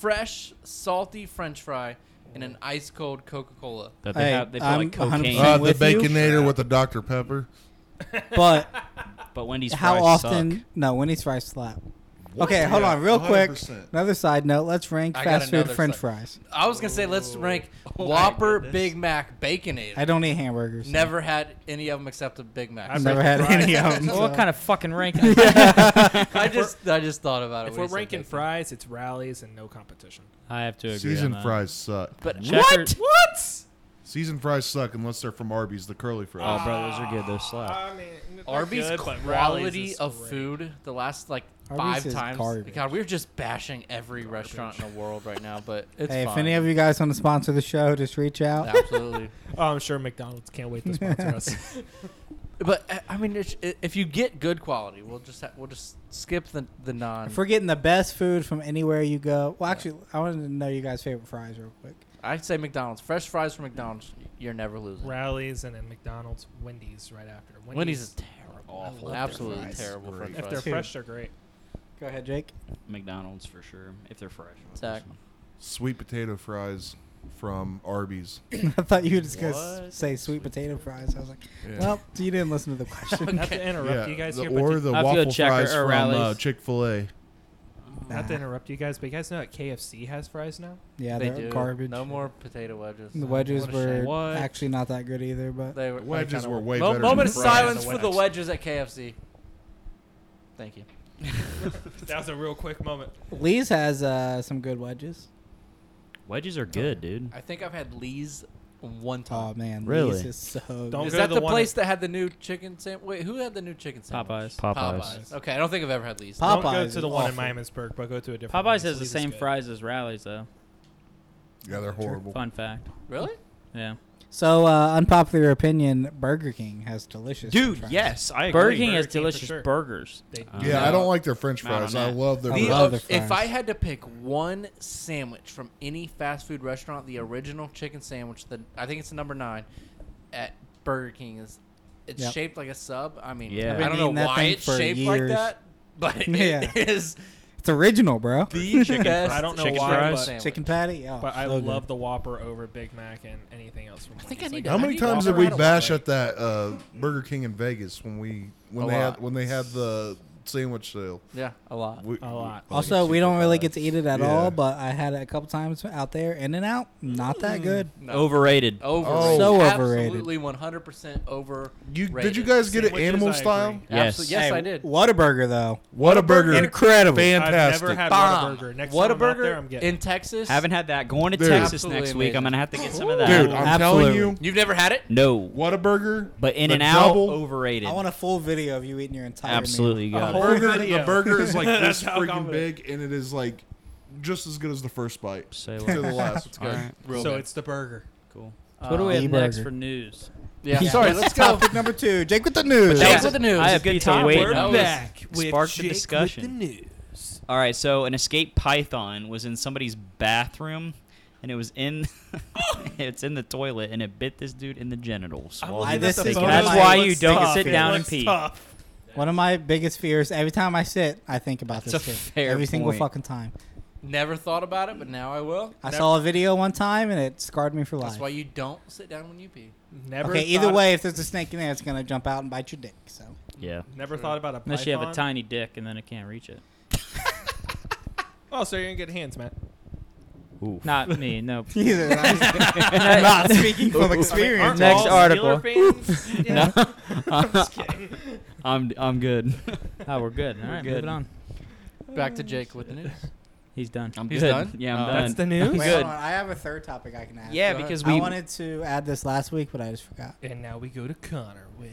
A: fresh, salty French fry and an ice cold Coca Cola?
F: That
C: Hey,
F: they have, they put
C: I'm
F: like cocaine.
C: 100%
E: Uh,
F: Uh,
E: the
C: with you.
E: Baconator with the Dr Pepper.
C: But
F: but Wendy's
C: how
F: fries
C: often?
F: suck.
C: No, Wendy's fries slap. Okay, hold
E: Yeah,
C: on, real quick.
E: 100%.
C: Another side note. Let's rank
A: I got
C: fast food
A: another
C: French
A: side-
C: fries.
A: I was gonna say let's rank
B: <laughs> Oh
F: my
A: Whopper,
F: goodness.
A: Big Mac, Baconator.
C: I don't eat hamburgers. so
A: Never had any of them except a Big Mac.
C: I've never had any of them.
G: Well,
C: so.
G: what kind of fucking rank?
A: <laughs> I just I just thought about it.
B: If
A: when
B: we're
A: you said
B: ranking
A: bacon.
B: fries, it's rallies and no competition.
G: I have to agree.
E: Seasoned
G: on
E: fries suck.
A: but
G: That. Checker-
B: What?
E: Seasoned fries suck unless they're from Arby's, the curly
F: Oh,
E: fries.
F: bro, those are good. They're slap.
B: I mean, they're
A: Arby's
B: good, but Rallies
A: quality
B: is
A: of
B: great.
A: food the last like
C: Arby's
A: five
C: is
A: times.
C: garbage.
A: God, we're just bashing every restaurant in the world right now,
C: <laughs>
A: but it's
C: Hey,
A: fine.
C: if any
A: <laughs>
C: of you guys want to sponsor the show, just reach out.
A: absolutely.
B: Oh, I'm sure McDonald's can't wait to sponsor us.
A: But uh, I- I mean, it's, i- if you get good quality, we'll just ha- we'll just skip the the non.
C: If we're getting the best food from anywhere you go, well, actually, I wanted to know you guys' favorite fries real quick.
A: I'd say McDonald's fresh fries from McDonald's. You're never losing.
B: rallies and then McDonald's, Wendy's right after.
A: Wendy's is terrible.
F: awful.
A: Absolutely
C: fries.
A: terrible
E: Great.
A: French
B: If
A: fries.
B: they're
C: Two.
B: fresh, they're great.
C: Go ahead, Jake.
F: McDonald's for sure, if they're fresh.
A: Zach.
E: Sweet potato fries from Arby's.
C: <laughs> I thought you were just going to
F: What?
C: say sweet potato fries. I was like,
E: Yeah.
C: well, you didn't listen to the
B: <laughs>
C: question.
B: Not to interrupt
E: Yeah,
B: you guys
E: the-
B: here, but
E: or
B: you-
E: the
G: I'll have to go
E: waffle
G: check
E: fries
G: or- or
E: from uh,
G: Rally's.
E: Chick Fil A.
B: not to
C: Nah.
B: interrupt you guys, but you guys know that KFC has fries now.
C: yeah,
A: they
C: they are
A: do.
C: garbage.
A: No more potato wedges.
C: The wedges
B: What a shame.
C: were
G: What?
C: actually not that good either, but
A: They were
E: The wedges
B: kinda
E: were
B: want-
E: way
A: Mo-
E: better.
A: moment of
E: than
B: fries.
A: silence
B: The
A: for the wedges
B: wedges.
A: at KFC. Thank you.
B: That was a real quick moment.
C: Lee's has uh, some good wedges.
F: Wedges are good, dude.
A: I think I've had Lee's one
C: Oh
A: time.
C: man,
F: Really?
C: Lee's is so.
B: Don't
A: Is
B: go
A: that the,
B: to the one
A: place that had the new chicken sandwich? Wait, who had the new chicken sandwich?
G: Popeyes.
F: Popeyes.
A: Popeyes. Okay, I don't think I've ever had Lee's.
C: Pop-
B: Don't go
C: Popeyes
B: to the
C: is
B: one
C: awful.
B: in Miamisburg, but go to a different. one.
G: Popeyes has the
B: Lee's
G: same
B: good.
G: fries as Rally's, though.
E: Yeah, they're horrible.
G: Fun fact.
A: Really?
G: Yeah.
C: So uh, unpopular opinion: Burger King has delicious.
F: Dude,
C: fries.
F: yes, I agree.
G: Burger King
B: Burger
G: has
B: King for
G: delicious
B: sure.
G: burgers.
B: They do.
F: Uh,
E: Yeah, I
A: No.
E: don't like their French
F: Not on
E: fries. I
F: that.
E: love their
C: I
E: fries.
A: The,
C: love
A: o-
C: their
A: if
C: fries.
A: I had to pick one sandwich from any fast food restaurant, the original chicken sandwich, the I think it's the number nine at Burger King is it's
C: Yep.
A: shaped like a sub. I mean,
F: Yeah.
A: I
F: I've been
A: don't
C: eating
A: know
C: that
A: why
C: thing
A: it's
C: for
A: shaped like
C: years.
A: that, but it
C: Yeah.
A: is
C: it's original, bro.
A: the chicken. Best
B: I don't know
A: chicken
B: why,
A: fries
B: but-
A: sandwich.
C: Chicken patty, oh,
B: But I
C: so good.
B: love the Whopper over Big Mac and anything else from.
A: I think
B: Wendy's.
A: I need
B: Like,
A: to-
E: How many
A: I'd eat
E: times did
A: Whopper
E: we
A: at a
E: bash
A: Whopper.
E: at that uh, Burger King in Vegas when we when
A: A
E: they
A: lot.
E: had when they had the sandwich sale?
A: Yeah, a lot.
E: We, Oh,
B: A lot.
C: Also, we don't really get to eat it at all,
E: Yeah.
C: but I had it a couple times out there. In and out, not that good.
A: No.
F: Overrated.
A: Overrated.
C: So overrated.
A: Absolutely 100% over.
E: You, did you
A: Rated
E: guys get it
B: sandwiches, I
E: animal
B: agree.
E: style?
F: Yes.
A: Absolutely. Yes,
C: Hey,
A: I did.
C: Whataburger though,
E: What a burger!
C: incredible.
E: Fantastic.
B: I've never had
A: Bomb.
B: Whataburger. Next
A: Whataburger
B: time I'm out there, I'm getting.
A: in Texas.
F: Haven't had that. Going to
E: Dude.
F: Texas
A: Absolutely
F: next week.
A: amazing.
F: I'm gonna have to get some of that.
E: Dude, I'm telling
C: Absolutely.
E: you,
A: You've never had it?
F: no.
E: what a burger!
F: But in
E: The
F: and out
E: double-
F: overrated.
C: I want a full video of you eating your entire. meal.
F: Absolutely got
B: whole
F: it.
E: burger,
B: video.
E: the burger
A: <laughs>
E: is like this
B: how
E: freaking
B: confident.
E: big, and it is like just as good as the first bite
F: Say
E: to the
F: what?
E: last. It's
F: All
E: good.
F: right,
A: Real
B: so
A: good.
B: it's the burger.
F: cool.
G: So what do we
C: Uh,
G: have next
C: burger.
G: for news?
A: Yeah.
C: Yeah.
A: Sorry, let's go.
C: Topic number two: Jake with the news.
A: Jake
F: That
A: with
F: was-
A: the news.
F: I have
A: Good
F: people
A: time.
F: waiting.
A: We're
F: That was-
A: back.
F: sparked the discussion. All right, so an escaped python was in somebody's bathroom, and it was in, <laughs> it's in the toilet, and it bit this dude in the genitals. while
C: looking
F: he
C: at
F: was
C: the
F: sitting-
C: photos.
F: That's
C: It
F: why
C: looks
F: you don't
C: tough.
F: sit
C: It
F: down and
B: looks
F: pee.
B: tough.
C: One of my biggest fears. Every time I sit, I think about
F: That's
C: this
F: a
C: shit.
F: fair
C: Every single
F: point.
C: fucking time.
A: Never thought about it, but now I will.
C: I saw a video one time and it scarred me for life.
A: That's why you don't sit down when you pee.
B: Never.
C: okay, either
B: thought-
C: way, if there's a snake in there, it's gonna jump out and bite your dick.
A: <laughs>
C: So <laughs>
F: Yeah.
B: Never thought about a python.
G: Unless you have a tiny dick and then it can't reach it.
B: Oh, so you're gonna get hands, man.
G: Not me, no.
C: either I'm not speaking from experience.
G: Next article.
B: no.
F: I'm I'm good.
G: Oh, we're good. All
F: We're
G: right,
F: good.
G: moving on.
A: Back to Jake with the news.
G: He's done.
F: I'm
A: He's
F: good.
A: done?
F: Yeah, I'm
A: Oh.
F: done.
B: That's the news.
C: Wait,
F: Good.
C: hold on. I have a third topic I can add.
G: yeah,
A: Go ahead.
G: because
C: I
G: we
C: wanted to add this last week, but I just forgot.
B: And now we go to Connor with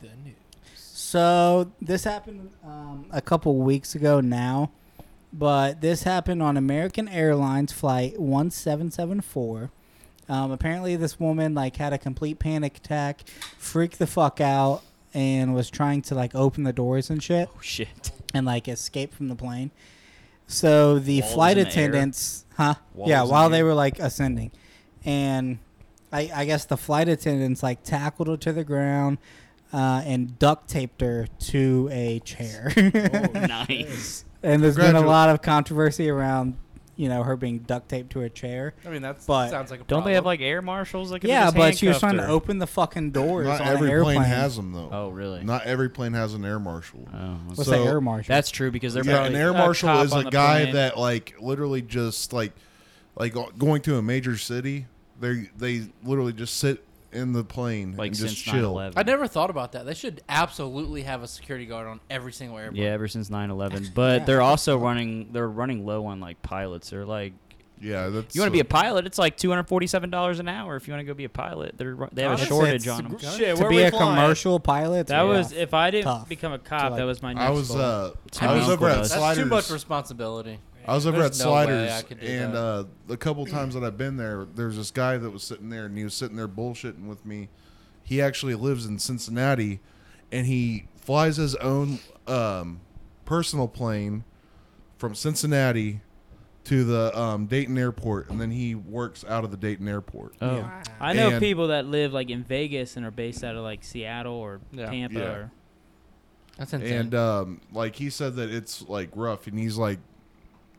B: the news.
C: So this happened um, a couple weeks ago now, but this happened on American Airlines flight 1774. Um, apparently, this woman like had a complete panic attack, freaked the fuck out, and was trying to like open the doors and shit
F: Oh <laughs> shit.
C: and like escape from the plane. So the
F: While it was
C: flight
F: in the air?
C: attendants, huh?
F: While it
C: yeah,
F: was in
C: while
F: the
C: they
F: air?
C: were like ascending, and I, I guess the flight attendants like tackled her to the ground uh, and duct taped her to a
F: <laughs>
C: chair.
F: Oh. nice.
C: <laughs> and there's been a
E: Congratulations.
C: lot of controversy around, you know, her being duct taped to a chair.
A: I mean, that
C: But-
A: sounds like a problem.
F: Don't they have like air marshals that can
C: Yeah,
F: just
C: but she was
F: handcuff
C: trying to
F: her?
C: open the fucking doors
E: Not
C: on
E: every
C: an airplane.
E: plane has them though.
F: Oh really?
E: Not every plane has an air marshal.
F: Oh, that's-
C: What's
E: So-
C: that air marshal?
F: that's true because they're
E: Yeah,
F: probably
E: an air
G: a
E: marshal
G: cop
E: is
G: on
E: a
G: the
E: guy
G: plane.
E: that like literally just like like go- going to a major city. They they literally just sit in the plane
F: like
E: and
F: since
E: just chill.
F: 9/11.
A: I never thought about that. They should absolutely have a security guard on every single airplane.
F: Yeah, ever since 9/11. But
C: yeah.
F: they're also running they're running low on like pilots. They're like
E: Yeah, that's
F: you want to be
E: uh,
F: a pilot, it's like $247 an hour if you want to go be a pilot. They're ru- they have a
C: Honestly,
F: shortage
C: it's
F: on them.
B: Shit,
C: to
B: where
C: be
B: we
C: a
B: flying?
C: commercial pilot.
G: That
C: yeah.
G: was if I didn't
C: Tough
G: become a cop,
C: like-
G: that was my next
E: I was
G: goal.
E: uh
F: my
E: I was
F: uncle
E: over at
F: does.
A: That's
E: Sliders.
A: too much responsibility.
E: I was over at
A: There's no way I
E: Sliders,
A: could do
E: and
A: that.
E: uh, the couple times that I've been there, there's this guy that was sitting there, and he was sitting there bullshitting with me. He actually lives in Cincinnati, and he flies his own um, personal plane from Cincinnati to the um, Dayton airport, and then he works out of the Dayton airport.
F: Oh.
G: I know
E: And-
G: people that live like in Vegas and are based out of like Seattle or
A: Yeah.
G: Tampa
E: Yeah.
G: or
A: That's insane.
E: and um, like he said that it's like rough, and he's like,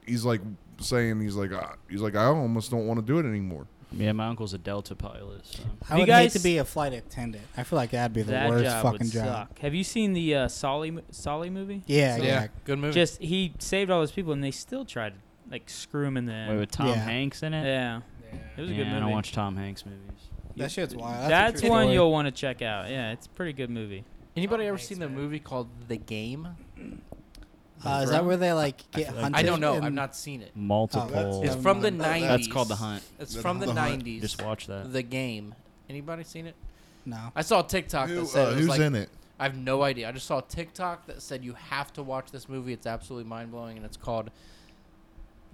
E: he's like saying he's like ah, he's like I almost don't want to do it anymore.
F: Yeah, my uncle's a Delta pilot. So.
C: I
G: You
C: would
G: guys-
C: hate to be a flight attendant. I feel like that'd be the
G: that
C: worst
G: job
C: fucking
G: would
C: job.
G: suck. Have you seen the uh, Solly mo- Solly movie?
C: Yeah,
A: So,
C: yeah.
A: good movie.
G: Just he saved all those people, and they still tried to like screw him in the
F: Wait,
G: end.
F: with Tom
C: Yeah.
F: Hanks in it?
G: yeah, it was a
F: yeah,
G: good movie.
F: I don't watch Tom Hanks movies.
C: That shit's wild. That's,
G: That's,
C: a true
G: one
C: story.
G: you'll want to check out. Yeah, it's a pretty good movie.
A: Anybody
B: Oh,
A: ever
B: thanks,
A: seen the
B: man.
A: movie called The Game?
C: Uh, is that where they like get hunted?
A: I don't know. I've
C: and-
A: not seen it.
F: Multiple.
A: It's
C: Um,
A: from the
C: oh,
A: nineties.
F: that's called The Hunt.
A: It's
E: The-
A: from the
E: The Hunt.
A: nineties.
F: Just watch that.
A: The Game. Anybody seen it?
C: No.
A: I saw a TikTok
E: Who,
A: that said
E: uh,
A: it was
E: who's
A: like,
E: in it?
A: I have no idea. I just saw a TikTok that said you have to watch this movie. It's absolutely mind blowing, and it's called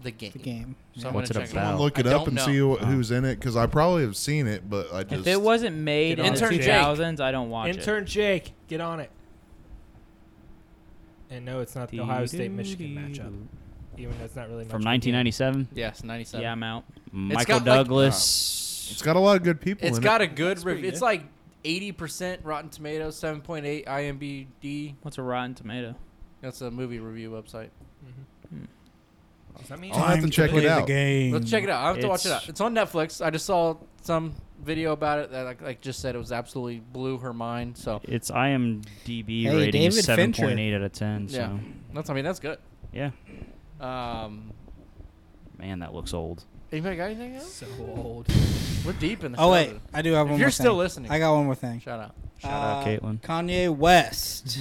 A: The Game.
C: The game.
A: So I'm
F: What's
A: gonna
F: it
A: check
F: about?
A: out.
E: Look
A: I
E: it up
A: don't
E: and
A: know.
E: see wh- who's in it because I probably have seen it, but I just
G: If it wasn't made
B: Get
G: in the
A: on it, Jake.
G: 2000s, I don't watch
B: Intern Jake, get on it. And no, it's not the Ohio State Michigan matchup, even though it's not really much
F: From
B: of a game.
F: 1997,
A: Yes, ninety
G: it.
A: seven.
G: Yeah, I'm out.
F: Michael
A: got, like-
F: Douglas.
E: it's got a lot of good people.
A: It's
E: in
A: got
E: it.
A: a good
B: pretty
A: review. It's
B: good.
A: like eighty percent Rotten Tomatoes, seven point eight IMDb.
G: What's a Rotten Tomato?
A: That's a movie review website.
B: Does Oh, that mean
E: I'll have to check it out.
I: game.
A: Let's check it out. I have to watch it
F: It's-
A: out. It's on Netflix. I just saw some video about it that like, like just said it was absolutely blew her mind. So
F: It's IMDb
C: Hey,
F: rating is
C: David Fincher.
F: 7.8 out of 10. So
A: Yeah. that's I mean that's good.
F: yeah,
A: Um,
F: man, that looks old.
A: anybody got anything else?
B: so old?
A: We're deep in the
C: Oh
A: show
C: wait,
A: today.
C: I do have
A: If
C: one.
A: you're
C: more
A: still
C: thing.
A: listening,
C: I got one more thing.
A: shout out.
F: Shout out,
C: Uh,
F: Caitlin.
C: Kanye
G: <laughs>
C: West.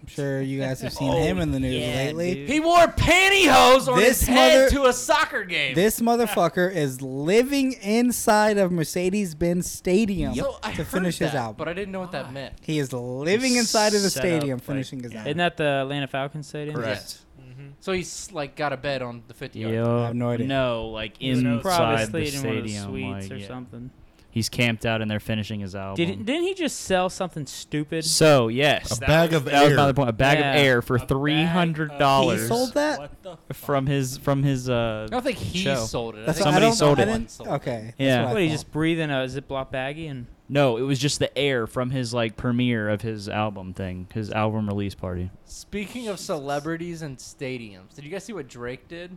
C: I'm sure you guys have
G: Oh,
C: seen him in the news lately.
A: He wore pantyhose on
C: This
A: his head
C: mother-
A: to a soccer game.
C: This motherfucker is living inside of Mercedes-Benz Stadium
A: so I
C: to
A: heard
C: finish his
A: that,
C: album.
A: but I didn't know what that meant.
C: He is living inside of the
F: Set up,
C: stadium,
F: like-
C: finishing his
F: yeah.
C: album.
G: Isn't that the Atlanta Falcons stadium?
E: Correct.
A: Yes.
B: Mm-hmm.
A: So he's like got a bed on the fifty. yard line.
C: I have no idea.
F: No, like
G: He was probably
F: inside the
G: stayed in one of the
F: stadium.
G: suites
F: like,
G: or
F: yeah.
G: something.
F: He's camped out and they're finishing his album.
G: Did, didn't he just sell something stupid?
F: so yes,
E: A
F: that
E: bag
F: was-
E: of
F: that was
E: air.
F: my other point. A bag
G: Yeah.
F: of air for
B: A bag
F: three hundred
B: of-
F: dollars.
C: He sold that?
B: What the fuck?
F: from his from his uh
A: I don't think he
F: Show.
A: sold it. I
C: That's
A: think
C: what- I
F: somebody
C: don't- I
F: sold it.
C: didn't- Okay. that's
F: Yeah.
C: I
G: What, he
C: thought.
G: just breathe in a Ziploc baggie and
F: no, it was just the air from his like premiere of his album thing, his album release party.
A: Speaking of celebrities and stadiums, did you guys see what Drake did?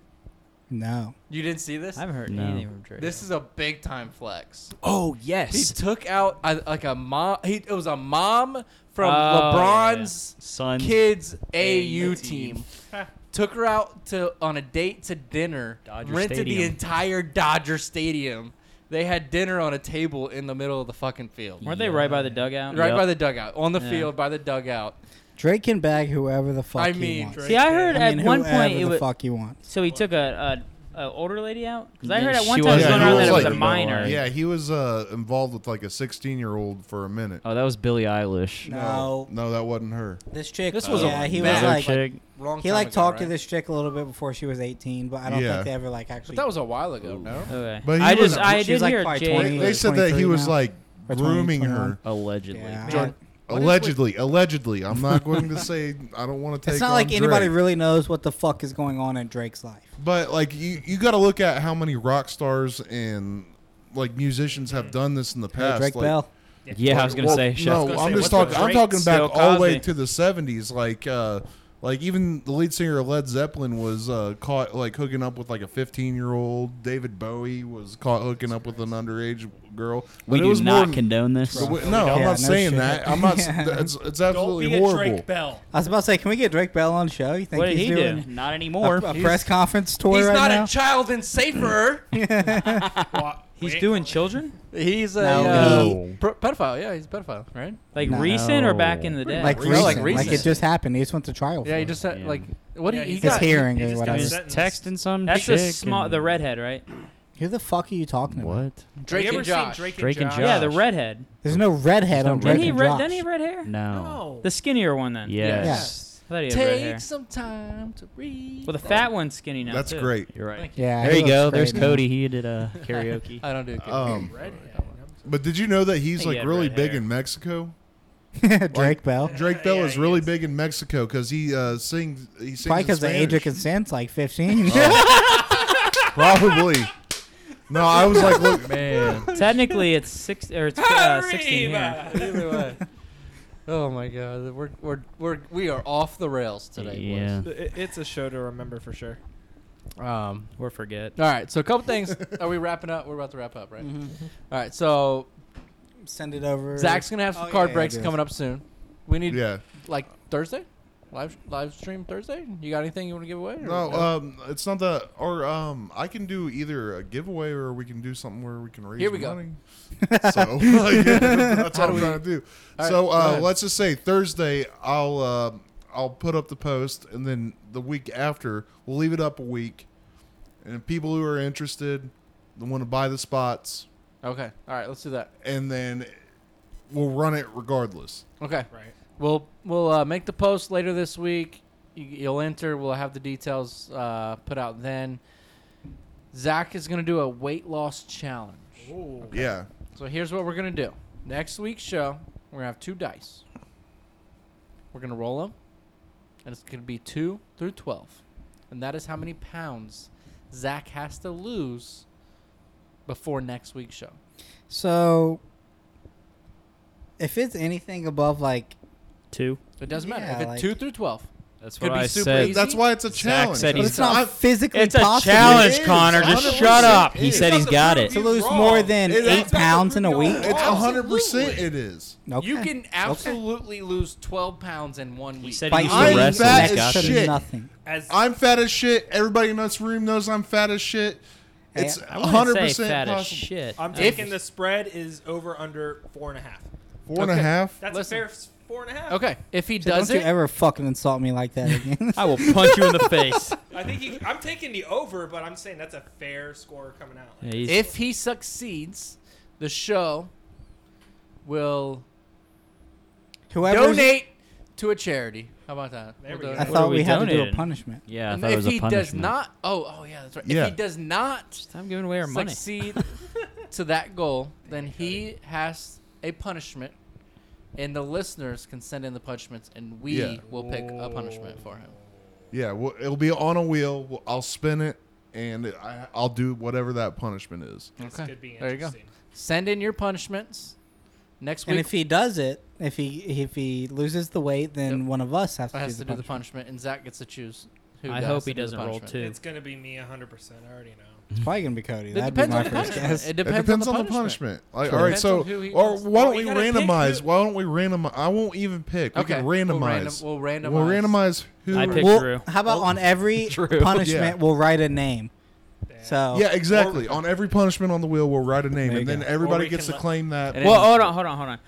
C: no.
A: You didn't see this?
G: I haven't heard
F: No.
G: anything from Drake.
A: This is a big time flex.
F: Oh
A: He
F: yes,
A: took out a, like a mom. He, it was a mom from
G: Oh,
A: LeBron's
F: son.
A: kids AU
F: AU
A: team.
F: team.
A: took her out to on a date to dinner.
F: Dodger
A: rented the
F: Stadium.
A: entire Dodger Stadium. They had dinner on a table in the middle of the fucking field.
G: Weren't they right by the dugout?
A: Right
F: Yep.
A: by the dugout, on the
G: Yeah.
A: field by the dugout.
C: Drake can bag whoever the fuck
A: I
C: he
A: mean,
C: wants.
B: Drake
G: See, I
B: did.
G: heard
C: I mean,
G: at one
C: whoever
G: point it
C: the
G: was
C: fuck he wants.
G: so he took a, a, a older lady out because I
F: Yeah,
G: heard at one
F: she
G: time
F: was
G: it was going
E: he
G: around
E: was
G: that it was
E: like-
G: a minor.
E: Yeah, he was uh, involved with like a 16 year old for a minute.
F: Oh, that was Billie Eilish.
C: No.
E: no, that wasn't her.
C: This chick.
A: This was a
C: yeah, he was
F: The
A: mad
F: other
C: like
F: chick.
A: Wrong.
C: he
A: time
C: like
A: ago,
C: talked to
A: right?
C: this chick a little bit before she was 18, but I don't
E: Yeah.
C: think they ever like actually.
A: But that was a while ago. No.
G: Okay.
E: But he
G: I
E: was-
G: just I
C: she was
G: did
C: like
G: hear
C: probably
G: Jake.
C: 20.
E: They,
C: He
E: they
C: was
E: said that he
C: 23
E: was
C: now.
E: like
C: Or 20,
E: grooming her.
C: 21.
F: Allegedly.
C: yeah.
E: Drake-
A: What is
E: Allegedly, allegedly. I'm not going to say I don't want to
C: <laughs>
E: take.
C: it's not
E: on
C: like anybody
E: Drake.
C: really knows what the fuck is going on in Drake's life.
E: But like you, you got to look at how many rock stars and like musicians have done this in the
C: Hey,
E: past.
C: Drake
E: like,
C: Bell.
F: Yeah, I was gonna
E: well,
F: say.
E: No,
F: Chef.
B: gonna
E: I'm
B: say,
E: just
B: what's
E: talking.
B: with
E: I'm
B: Drake?
E: talking back
G: Bill
E: all the way
G: Cosby.
E: to the '70s. Like, uh, like even the lead singer of Led Zeppelin was uh, caught like hooking up with like a 15 year old. David Bowie was caught hooking up with an underage girl.
F: We
E: But
F: do
E: it was more
F: not
E: than-
F: condone this.
E: No, I'm not
C: Yeah, no
E: saying
C: shit.
E: that.
C: <laughs>
E: I'm not. s- It's, it's
B: Don't
E: absolutely
B: be a
E: horrible.
B: Drake Bell.
C: I was about to say, can we get Drake Bell on the show? You think
F: What did
C: he's
F: he do?
C: doing
F: Not
C: a,
F: anymore.
C: a press conference tour
A: He's
C: right
A: not
C: now?
A: a child and safer.
B: Wa-
G: He's
B: wait.
G: doing children?
A: he's a
C: No,
A: uh,
E: No.
A: pr- pedophile. Yeah, he's a pedophile, right?
G: Like
C: No.
G: recent or back in the day?
C: like,
A: No,
C: recent,
A: like
C: like
A: recent.
C: it just happened. He just went to trial.
A: Yeah,
C: for
A: he
C: it.
A: just said
F: Yeah.
A: like what
B: Yeah,
A: he, he
B: he's
C: his
A: got.
C: hearing
B: he
C: or
B: just got
C: whatever.
B: his-
F: Just texting some.
G: That's
F: chick
G: the small
F: and-
G: the redhead, right?
C: Who the fuck are you talking about?
F: What?
B: Have
A: Drake
B: you ever
A: and Josh.
B: seen Drake and
F: Drake and
B: Josh?
F: Josh.
G: Yeah, the redhead.
C: There's no redhead
F: There's
C: on
F: no
C: Drake
G: Didn't
F: redhead.
G: he
C: and
G: red
C: Josh.
G: didn't he have red hair?
F: No.
B: No.
G: The skinnier one then.
F: Yes.
C: Yes.
G: I thought he had red hair.
A: Take some time to read.
G: Well the fat one's skinny now.
E: That's
G: too.
E: great.
F: You're right.
C: Yeah.
F: There
C: he
F: you go.
C: looks
F: There's
C: great.
F: Cody. He did
G: <laughs>
F: a karaoke.
A: I don't do.
C: Oh.
E: Um,
B: Redhead.
E: but did you know that he's
G: He
E: like
G: had
E: really
G: red
E: big
G: hair.
E: in Mexico?
C: <laughs> Drake Bell.
E: Drake Bell
B: Yeah,
E: is
B: he
E: really
B: is.
E: big in Mexico because he uh, sings. He sings
C: Probably
E: in
C: because the age of
E: Spanish.
C: consent's like
E: <laughs>
C: 15.
E: Oh. Probably. No, I was like, look,
G: Technically it's six or it's uh, sixteen here.
B: Arriba.
A: Oh my god, we're we're we're we are off the rails today,
F: yeah.
B: It- It's a show to remember for sure.
A: boys. Um,
F: Or forget.
A: all right, so a couple
C: <laughs>
A: things. Are we wrapping up? We're about to wrap up, right?
B: Mm-hmm.
A: All right, so
C: Send it over.
A: Zach's gonna have some
C: Oh,
A: card
C: yeah, yeah,
A: breaks
C: it is.
A: coming up soon. We need
E: Yeah.
A: like Thursday, live live stream Thursday. You got anything you want to give away? or-
E: No,
C: uh,
E: um, it's not that. Or um, I can do either a giveaway or we can do something where we can raise
A: Here we go.
E: money. so <laughs> yeah,
A: <laughs>
E: that's what I'm trying to do.
A: All right,
E: so
A: go
E: uh,
A: ahead.
E: let's just say Thursday, I'll uh, I'll put up the post, and then the week after, we'll leave it up a week, and people who are interested, want to buy the spots,
A: Okay. All right, let's do that.
E: and then we'll run it regardless.
A: Okay.
B: Right.
A: We'll we'll uh, make the post later this week. You, you'll enter. We'll have the details uh, put out then. Zach is going to do a weight loss challenge.
E: Yeah,
A: So here's what we're going to do. Next week's show, we're going to have two dice. We're going to roll them, and it's going to be 2 through 12. And that is how many pounds Zach has to lose before next week's show.
C: So, if it's anything above like
F: Two.
A: It doesn't matter.
C: Yeah,
A: if it's
C: like-
A: 2 through 12.
F: That's
A: Could
F: what
A: be
F: I
A: super
F: said.
A: easy.
E: that's why it's a challenge.
F: said
C: But it's not
E: I-
C: physically
G: It's a
C: possible.
G: challenge,
E: It is,
G: Connor. Just
E: 100%.
G: shut up.
E: It
G: He
E: is.
G: said he's got it.
C: To lose more than
E: It-
C: eight pounds in a week.
E: it's hundred percent. It is.
C: Okay.
A: You can absolutely lose 12 pounds in one
F: He
A: week.
F: said
C: By
F: he used
E: I'm
F: to wrestle.
E: fat
F: He
E: as
F: got
C: to
F: it.
E: shit.
C: nothing.
B: As
E: I'm fat as shit. Everybody in this room knows I'm fat as shit.
C: Hey,
E: It's
F: I
E: hundred
F: wouldn't say
E: percent
F: fat as
E: possible.
F: shit.
B: I'm
A: If-
B: taking the spread is over under four and a half.
E: Four and a
A: Okay.
E: half.
B: That's
A: Listen.
B: a fair s- four and a half.
A: Okay, if he
C: So
A: does
C: don't
A: it,
C: you ever fucking insult me like that again.
G: I will punch you in the
A: <laughs>
G: face.
B: I think he, I'm taking the over, but I'm saying that's a fair score coming out.
G: Yeah, he's-
A: if he succeeds, the show will
C: Whoever
A: donate to a charity. How about that?
B: There we
A: We'll
B: go.
C: I
A: donate.
G: What are
C: thought
G: we
C: we had to do a
G: donating?
C: punishment.
G: yeah, I
A: And
G: thought it
A: if
G: was a
A: he does
G: punishment.
A: not, oh, oh yeah, that's right.
E: Yeah.
A: If he does not
G: I'm giving away our money.
A: succeed to that goal, then he has a punishment, and the listeners can send in the punishments, and we
E: Yeah.
A: will pick a punishment for him.
E: Yeah, well, it'll be on a wheel. We'll- I'll spin it, and I, I'll do whatever that punishment is.
B: This
A: Okay,
B: could be
A: there you go.
B: interesting.
A: Send in your punishments. Next
C: And
A: week,
C: if he does it, if he if he loses the weight, then
A: Yep.
C: one of us has to,
A: has to
C: do, the
A: do the punishment, and Zach gets to choose. Who
F: I
A: has
F: hope
A: to
F: he
A: do the
F: doesn't roll
A: punishment.
F: two.
B: It's gonna be me 100. percent I already know.
C: It's probably gonna be Cody.
A: It
C: That'd be
A: depends
C: my
A: on the
C: first
A: punishment.
C: guess.
A: It
E: It
A: depends,
E: depends
A: on the punishment.
E: Like,
C: Sure.
E: all right,
A: Depends
E: so
A: on who he
E: or
A: wants.
E: why don't
B: Well,
E: we
B: you gotta pick
E: randomize?
B: who-
E: Why don't we randomize? I won't even pick. We
A: Okay,
E: can
A: we'll random-
E: randomize.
A: We'll randomize.
E: We'll randomize who.
F: I picked
C: Well,
F: Drew.
C: how about on <laughs> every punishment
E: Yeah.
C: we'll write a name?
B: Yeah.
C: So
E: yeah, exactly. On every punishment on the wheel, we'll write a name, and then
B: Or
E: everybody
B: we
E: gets to
B: can let-
E: claim that.
A: And
G: Well, oh,
A: then-
G: hold on, hold on, hold on.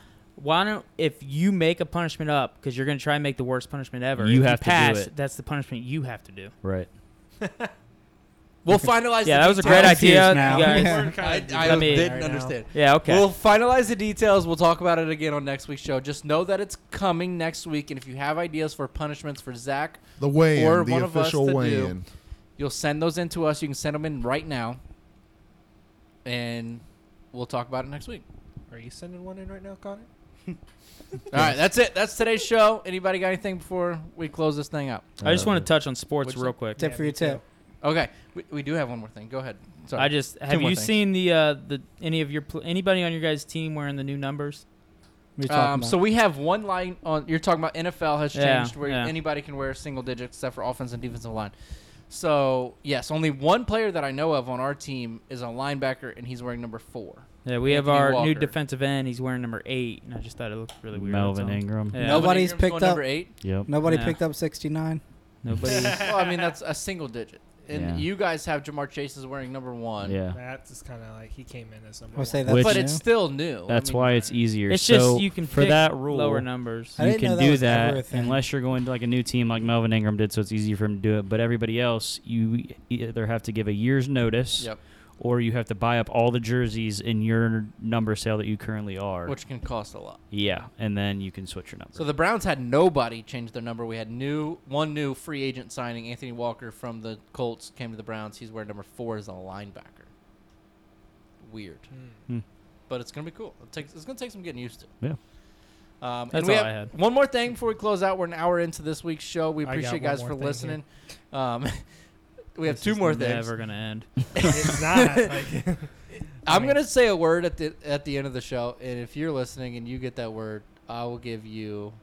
G: Why don't if you make a punishment up because you're gonna try and make the worst punishment ever?
F: You
G: if
F: have to do
G: pass,
F: it.
G: That's the punishment you have to do.
F: Right.
A: We'll finalize.
G: Yeah,
A: the
G: that was a
A: details.
G: great idea.
C: confused now.
G: you
A: <laughs>
G: guys.
C: Yeah.
B: We're
A: I,
B: kinda-
A: I
G: Let me-
A: didn't
B: Right now.
A: understand.
G: Yeah. Okay.
A: We'll finalize the details. We'll talk about it again on next week's show. Just know that it's coming next week, and if you have ideas for punishments for Zach,
E: The weigh
A: Or
E: in, the
A: one of us
E: official
A: to
E: weigh
A: do.
E: in.
A: you'll send those in to us. You can send them in right now, and we'll talk about it next week.
B: Are you sending one in right now, Connor?
A: All right, that's it. That's today's show. Anybody got anything before we close this thing up?
G: I just
F: Uh,
G: want to touch on sports
A: What'd you
G: real quick.
C: tip for
B: me
C: your
B: too.
C: tip.
A: Okay, we, we do have one more thing. Go ahead. Sorry.
G: I just have
A: more
G: you
A: things.
G: seen the uh, the any of your pl- anybody on your guys' team wearing the new numbers?
C: What are you talking
A: Um,
C: about?
A: so we have one line on. You're talking about NFL has
G: Yeah,
A: changed where
G: yeah.
A: anybody can wear single digits except for offense and defensive line. So yes, only one player that I know of on our team is a linebacker, and he's wearing number four.
G: Yeah, we have
A: Anthony
G: our new
A: Walker.
G: defensive end. He's wearing number eight, and I just thought it looked really weird.
F: Melvin
G: That's all.
F: Ingram.
G: Yeah.
A: Melvin Ingram's
C: Nobody's
A: going
C: picked up-
A: number eight.
F: Yep.
C: Nobody
G: Yeah.
C: picked up sixty nine.
G: <laughs>
A: <laughs>
G: Nobody.
A: well, I mean that's a single digit, and
F: Yeah.
A: you guys have Jamar Chase is wearing number one.
F: Yeah.
B: That's just kind of like he came in as number.
C: We'll say
B: one.
C: that's
F: Which-
A: but
C: new.
A: it's still new. I
F: That's
A: mean,
F: why it's easier.
G: it's
F: so
G: just you can
F: for
G: pick
F: that rule
G: lower numbers.
C: I
F: you
C: didn't know
F: can
C: that
F: do
C: was ever a
F: that
C: thing.
F: unless you're going to like a new team like Melvin Ingram did, so it's easy for him to do it. But everybody else, you either have to give a year's notice,
A: Yep.
F: or you have to buy up all the jerseys in your number sale that you currently are.
A: Which can cost a lot.
F: yeah, and then you can switch your number.
A: So the Browns had nobody change their number. We had new one new free agent signing, Anthony Walker from the Colts came to the Browns. He's wearing number four as a linebacker. Weird,
B: Hmm.
F: Hmm.
A: but it's gonna be cool. It takes, it's gonna take some getting used to.
F: Yeah.
A: Um, and
G: That's
A: we
G: all
A: have
G: I had.
A: One more thing before we close out. We're an hour into this week's show. We
B: I got
A: appreciate you
B: one
A: guys
B: more
A: for
B: thing here.
A: listening. Um, <laughs> we have
G: This
A: two
G: is
A: more things.
G: Never gonna end.
B: it's not. Like,
A: I'm
B: mean-
A: gonna say a word at the at the end of the show, and if you're listening and you get that word, I will give you.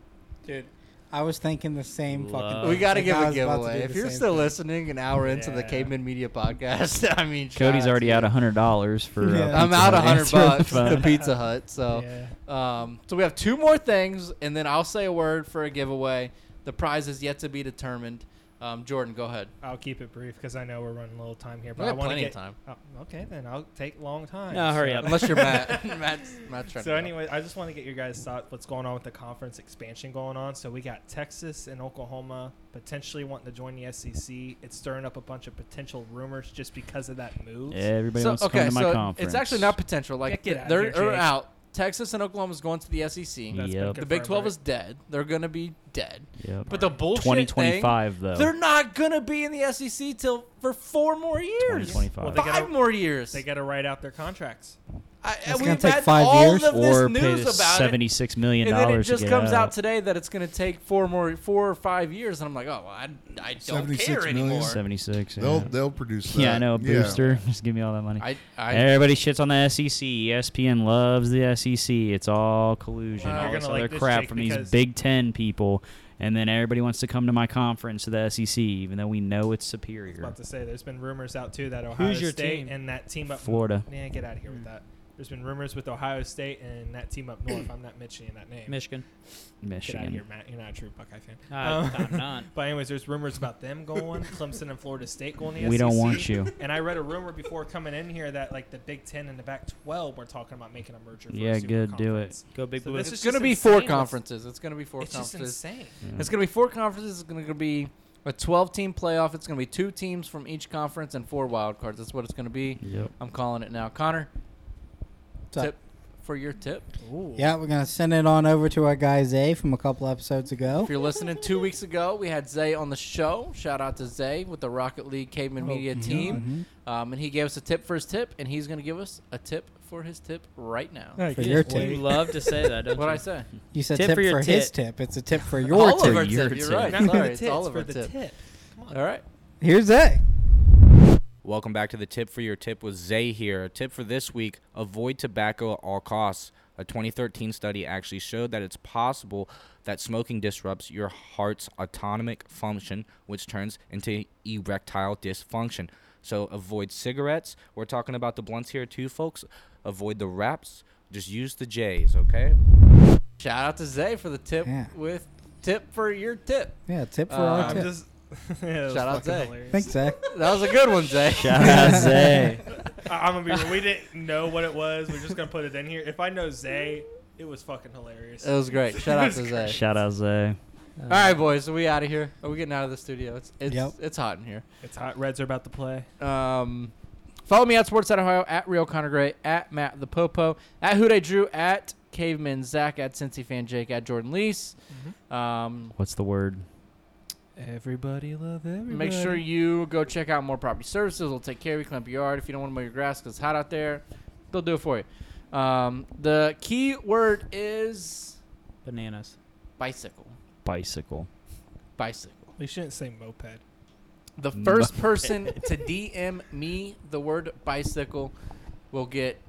B: Dude,
C: I was thinking the same fucking.
F: Love.
A: we
C: thing.
A: got to
C: Like,
A: give
C: I
A: a
C: was about
A: giveaway.
C: to do
A: If
C: the
A: you're
C: same
A: still
C: thing.
A: listening, an hour into the
B: Yeah.
A: Caveman Media podcast, <laughs> I mean, shout
F: Cody's
A: out
F: already
A: to you.
F: out hundred dollars for. uh,
C: Yeah.
A: I'm
F: Pizza
A: out
F: Hut
A: a hundred
F: answer on the
A: bucks to <laughs>
F: phone.
A: Pizza Hut. So,
B: yeah.
A: um, so we have two more things, and then I'll say a word for a giveaway. The prize is yet to be determined. Um, Jordan, go ahead.
B: I'll keep it brief because I know we're running a little time here. But
A: We
B: I
A: have
B: want to
A: plenty
B: get
A: of time,
B: Oh, okay, then I'll take a long time.
F: No, hurry
B: So-
F: up.
A: unless you're Matt. <laughs> Matt's, Matt's trying
B: So
A: to
B: anyway, I just want to get your guys' thoughts. What's going on with the conference expansion going on? So we got Texas and Oklahoma potentially wanting to join the SEC. It's stirring up a bunch of potential rumors just because of that move.
F: Everybody
A: so,
F: wants to
A: okay,
F: come to my
A: so
F: conference.
A: It's actually not potential. Like
B: Yeah, get
A: they're
B: outta here,
A: they're
B: Jake.
A: out. Texas and Oklahoma's going to the SEC.
B: That's been
F: Yep.
A: The Big
B: confirmed,
A: 12
B: right?
A: is dead. They're gonna be dead.
F: Yep.
A: But the bullshit thing,
F: 2025 though.
A: they're not gonna be in the SEC till for four more years,
F: 2025.
B: Well, they
A: five
B: gotta-
A: more years.
B: They got to write out their contracts.
A: I,
C: It's
A: we've
C: gonna take
A: had
C: five
A: all
C: years.
A: of this
F: or pay
A: news
F: the
A: about it,
F: seventy-six million
A: and then it
F: dollars.
A: just
F: to get
A: comes
F: out
A: out today that it's gonna take four more, four or five years, and I'm like, oh, well, I, I don't
E: 76
A: care
E: million.
A: anymore.
F: Seventy-six.
E: They'll
F: Yeah.
E: they'll produce. That.
F: Yeah, I know. A booster. <laughs> Just give me all that money.
A: I, I,
F: Everybody shits on the E SEC. ESPN loves the SEC. It's all collusion,
A: Wow.
F: all
A: You're
F: this
B: Uh, gonna
F: other
B: like this,
F: crap
B: Jake,
F: from these
B: because-
F: Big Ten people, and then everybody wants to come to my conference to the SEC, even though we know
B: I was
F: it's superior.
B: about to say there's been rumors out too that Ohio
G: your
B: State
G: team?
B: and that team up
F: Florida.
B: Yeah, get out of here
A: Hmm.
B: with that. There's been rumors with Ohio State and that team up
A: <clears throat>
B: north. I'm not mentioning that name.
G: Michigan.
B: Get out of
F: Michigan.
B: here, Matt. You're not a true Buckeye fan.
G: Uh,
B: Um,
G: I'm not.
B: <laughs> But anyways, there's rumors about them going, Clemson and Florida State going. To E the
F: We don't
B: SEC.
F: want you.
B: And I read a rumor before coming in here that like the Big Ten and the Back Twelve were talking about making a merger. For
F: Yeah,
B: a super
F: good, do
B: conference.
G: Go big
B: So
G: blue.
B: this
A: it's
B: is
A: gonna
B: just
A: be four
B: insane.
A: conferences. It's gonna be four
B: It's just
A: conferences.
B: insane.
A: It's gonna be four conferences. It's gonna be a 12-team playoff. It's gonna be two teams from each conference and four wild cards. That's what it's gonna be.
F: Yep.
A: I'm calling it now. Connor,
C: What's up?
A: tip for your tip.
C: Yeah, we're gonna send it on over to our guy Zay from a couple episodes ago.
A: If you're listening, two weeks ago we had Zay on the show. Shout out to Zay with the Rocket League Caveman Media team,
C: Mhm.
A: um, and he gave us a tip for his tip, and he's gonna give us a tip for his tip right now.
C: For your tip,
G: You love to say that, don't
A: What
G: you?
A: I say?
C: you said
G: Tip
C: tip
G: for
C: for,
G: your
C: his
G: tit.
C: tip. It's a tip for
A: all
C: your
A: of our
C: tip.
A: tip.
F: Your
A: You're
F: tip.
A: right.
B: Not for
A: Sorry,
B: the
A: it's
B: tits,
A: all of
B: for
A: our
B: the
A: tip.
B: tip. Come on.
A: All right.
C: Here's Zay.
J: Welcome back to the tip for your tip with Zay here. A tip for this week avoid tobacco at all costs. A 2013 study actually showed that it's possible that smoking disrupts your heart's autonomic function, which turns into erectile dysfunction. So avoid cigarettes. We're talking about the blunts here, too, folks. Avoid the wraps. Just use the J's, okay?
A: Shout out to Zay for the tip
C: Yeah.
A: with tip for your tip.
C: Yeah, tip for
A: Uh,
C: our
B: I'm
C: tip.
B: just. <laughs> yeah, that was
A: Shout out
B: fucking
A: Zay.
B: hilarious.
C: Thanks, Zay.
A: That was a good one, Zay.
F: Shout out Zay.
B: I- I'm gonna be. real. We didn't know what it was. We're just gonna put it in here. If I know Zay, it was fucking hilarious.
A: It was great. Shout out to Zay.
F: <laughs>
B: <laughs>
F: Shout out Zay.
A: All right, boys, are we out of here? Are we getting out of the studio? It's it's
C: Yep.
A: it's hot in here.
B: It's hot. Reds are about to play.
A: Um, follow me at Sports at Ohio, at Real Connor Gray, at Matt the Popo, at Hude Drew, at Caveman Zach, at Cincy Fan Jake, at Jordan Lease.
C: Mm-hmm.
A: Um,
F: What's the word?
B: Everybody love everybody.
A: make sure you go check out more property services. We'll take care of you, clamp your yard. If you don't want to mow your grass because it's hot out there, they'll do it for you. Um, the key word is
G: Bananas.
A: bicycle.
F: Bicycle.
A: Bicycle.
B: We shouldn't say moped.
A: The
C: <laughs>
A: first person to DM me the word bicycle will get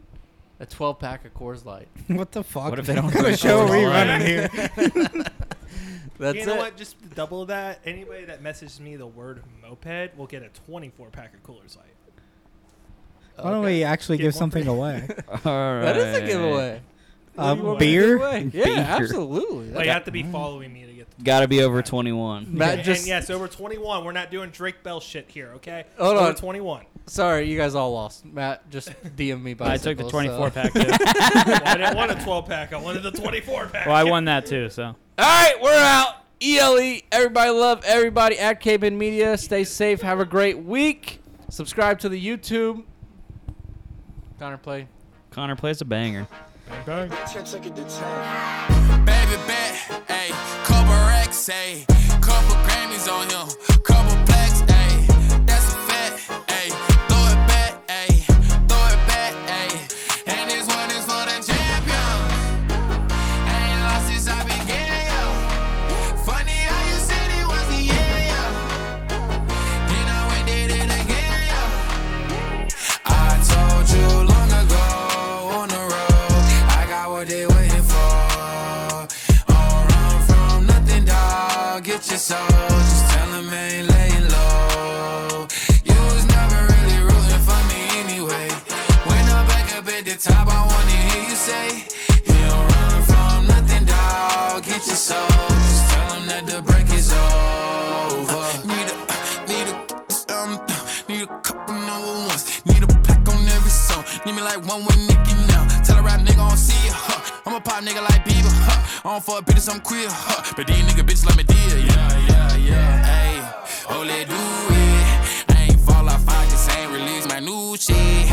A: a 12 pack of Coors Light.
C: What the fuck?
F: What if they
C: <laughs>
F: don't
C: What kind of
F: drink
C: show are we
F: Coors Light?
C: running
B: <laughs>
C: here?
A: That's
B: you know
A: it.
B: what? Just double that. Anybody that messages me the word moped will get a 24 pack of Coolers Light.
C: Why don't we actually
B: Get
C: give
B: one
C: something
B: <laughs>
C: away?
F: All right.
A: That is a giveaway.
C: A
B: you want?
C: beer?
A: Giveaway. Yeah, absolutely.
B: Like, you have to be following me to get. The
F: Got to be over 21.
A: Matt
B: and,
A: just
B: and yes, over 21. We're not doing Drake Bell shit here, okay?
A: Hold
B: over
A: on.
B: 21.
A: sorry, you guys all lost. Matt just DM me
G: I
A: bicycle.
G: took the
A: so-
G: 24 pack too.
B: Well, <laughs> I didn't want a 12 pack. I wanted the 24 pack. <laughs>
G: Well, I won that too, so.
A: All right, we're out. ELE, everybody love everybody at Caveman Media. Stay safe. Have a great week. Subscribe to the YouTube. Connor, play.
F: Connor plays a banger.
K: Baby bet, ayy, couple racks, ayy, couple Grammys on him, couple plaques, ayy, that's a fact, ayy, throw it back, ayy, throw it back, ayy, and this one is for the champion. I ain't lost since I began, yo. Funny how you said it was the year, yo. Then I went did it again, yo. I told you long ago on the road, I got what they waiting for. get your soul. Just tell him I ain't laying low. You was never really rooting for me anyway. When I'm back up at the top, I wanna hear you say, You don't run from nothing, dog. Get your soul. Just tell him that the break is over. Need a, need a, um, need a couple number ones. Need a pack on every song. Need me like one with Nicky now. Tell a rap nigga I don't see ya. Huh. I'm a pop nigga like Bieber. Huh. I don't fuck bitches, I'm queer. Huh. But these nigga bitches like me dear. Yeah, yeah, yeah. Hey, oh let do it. I ain't fall off, I just ain't release my new shit.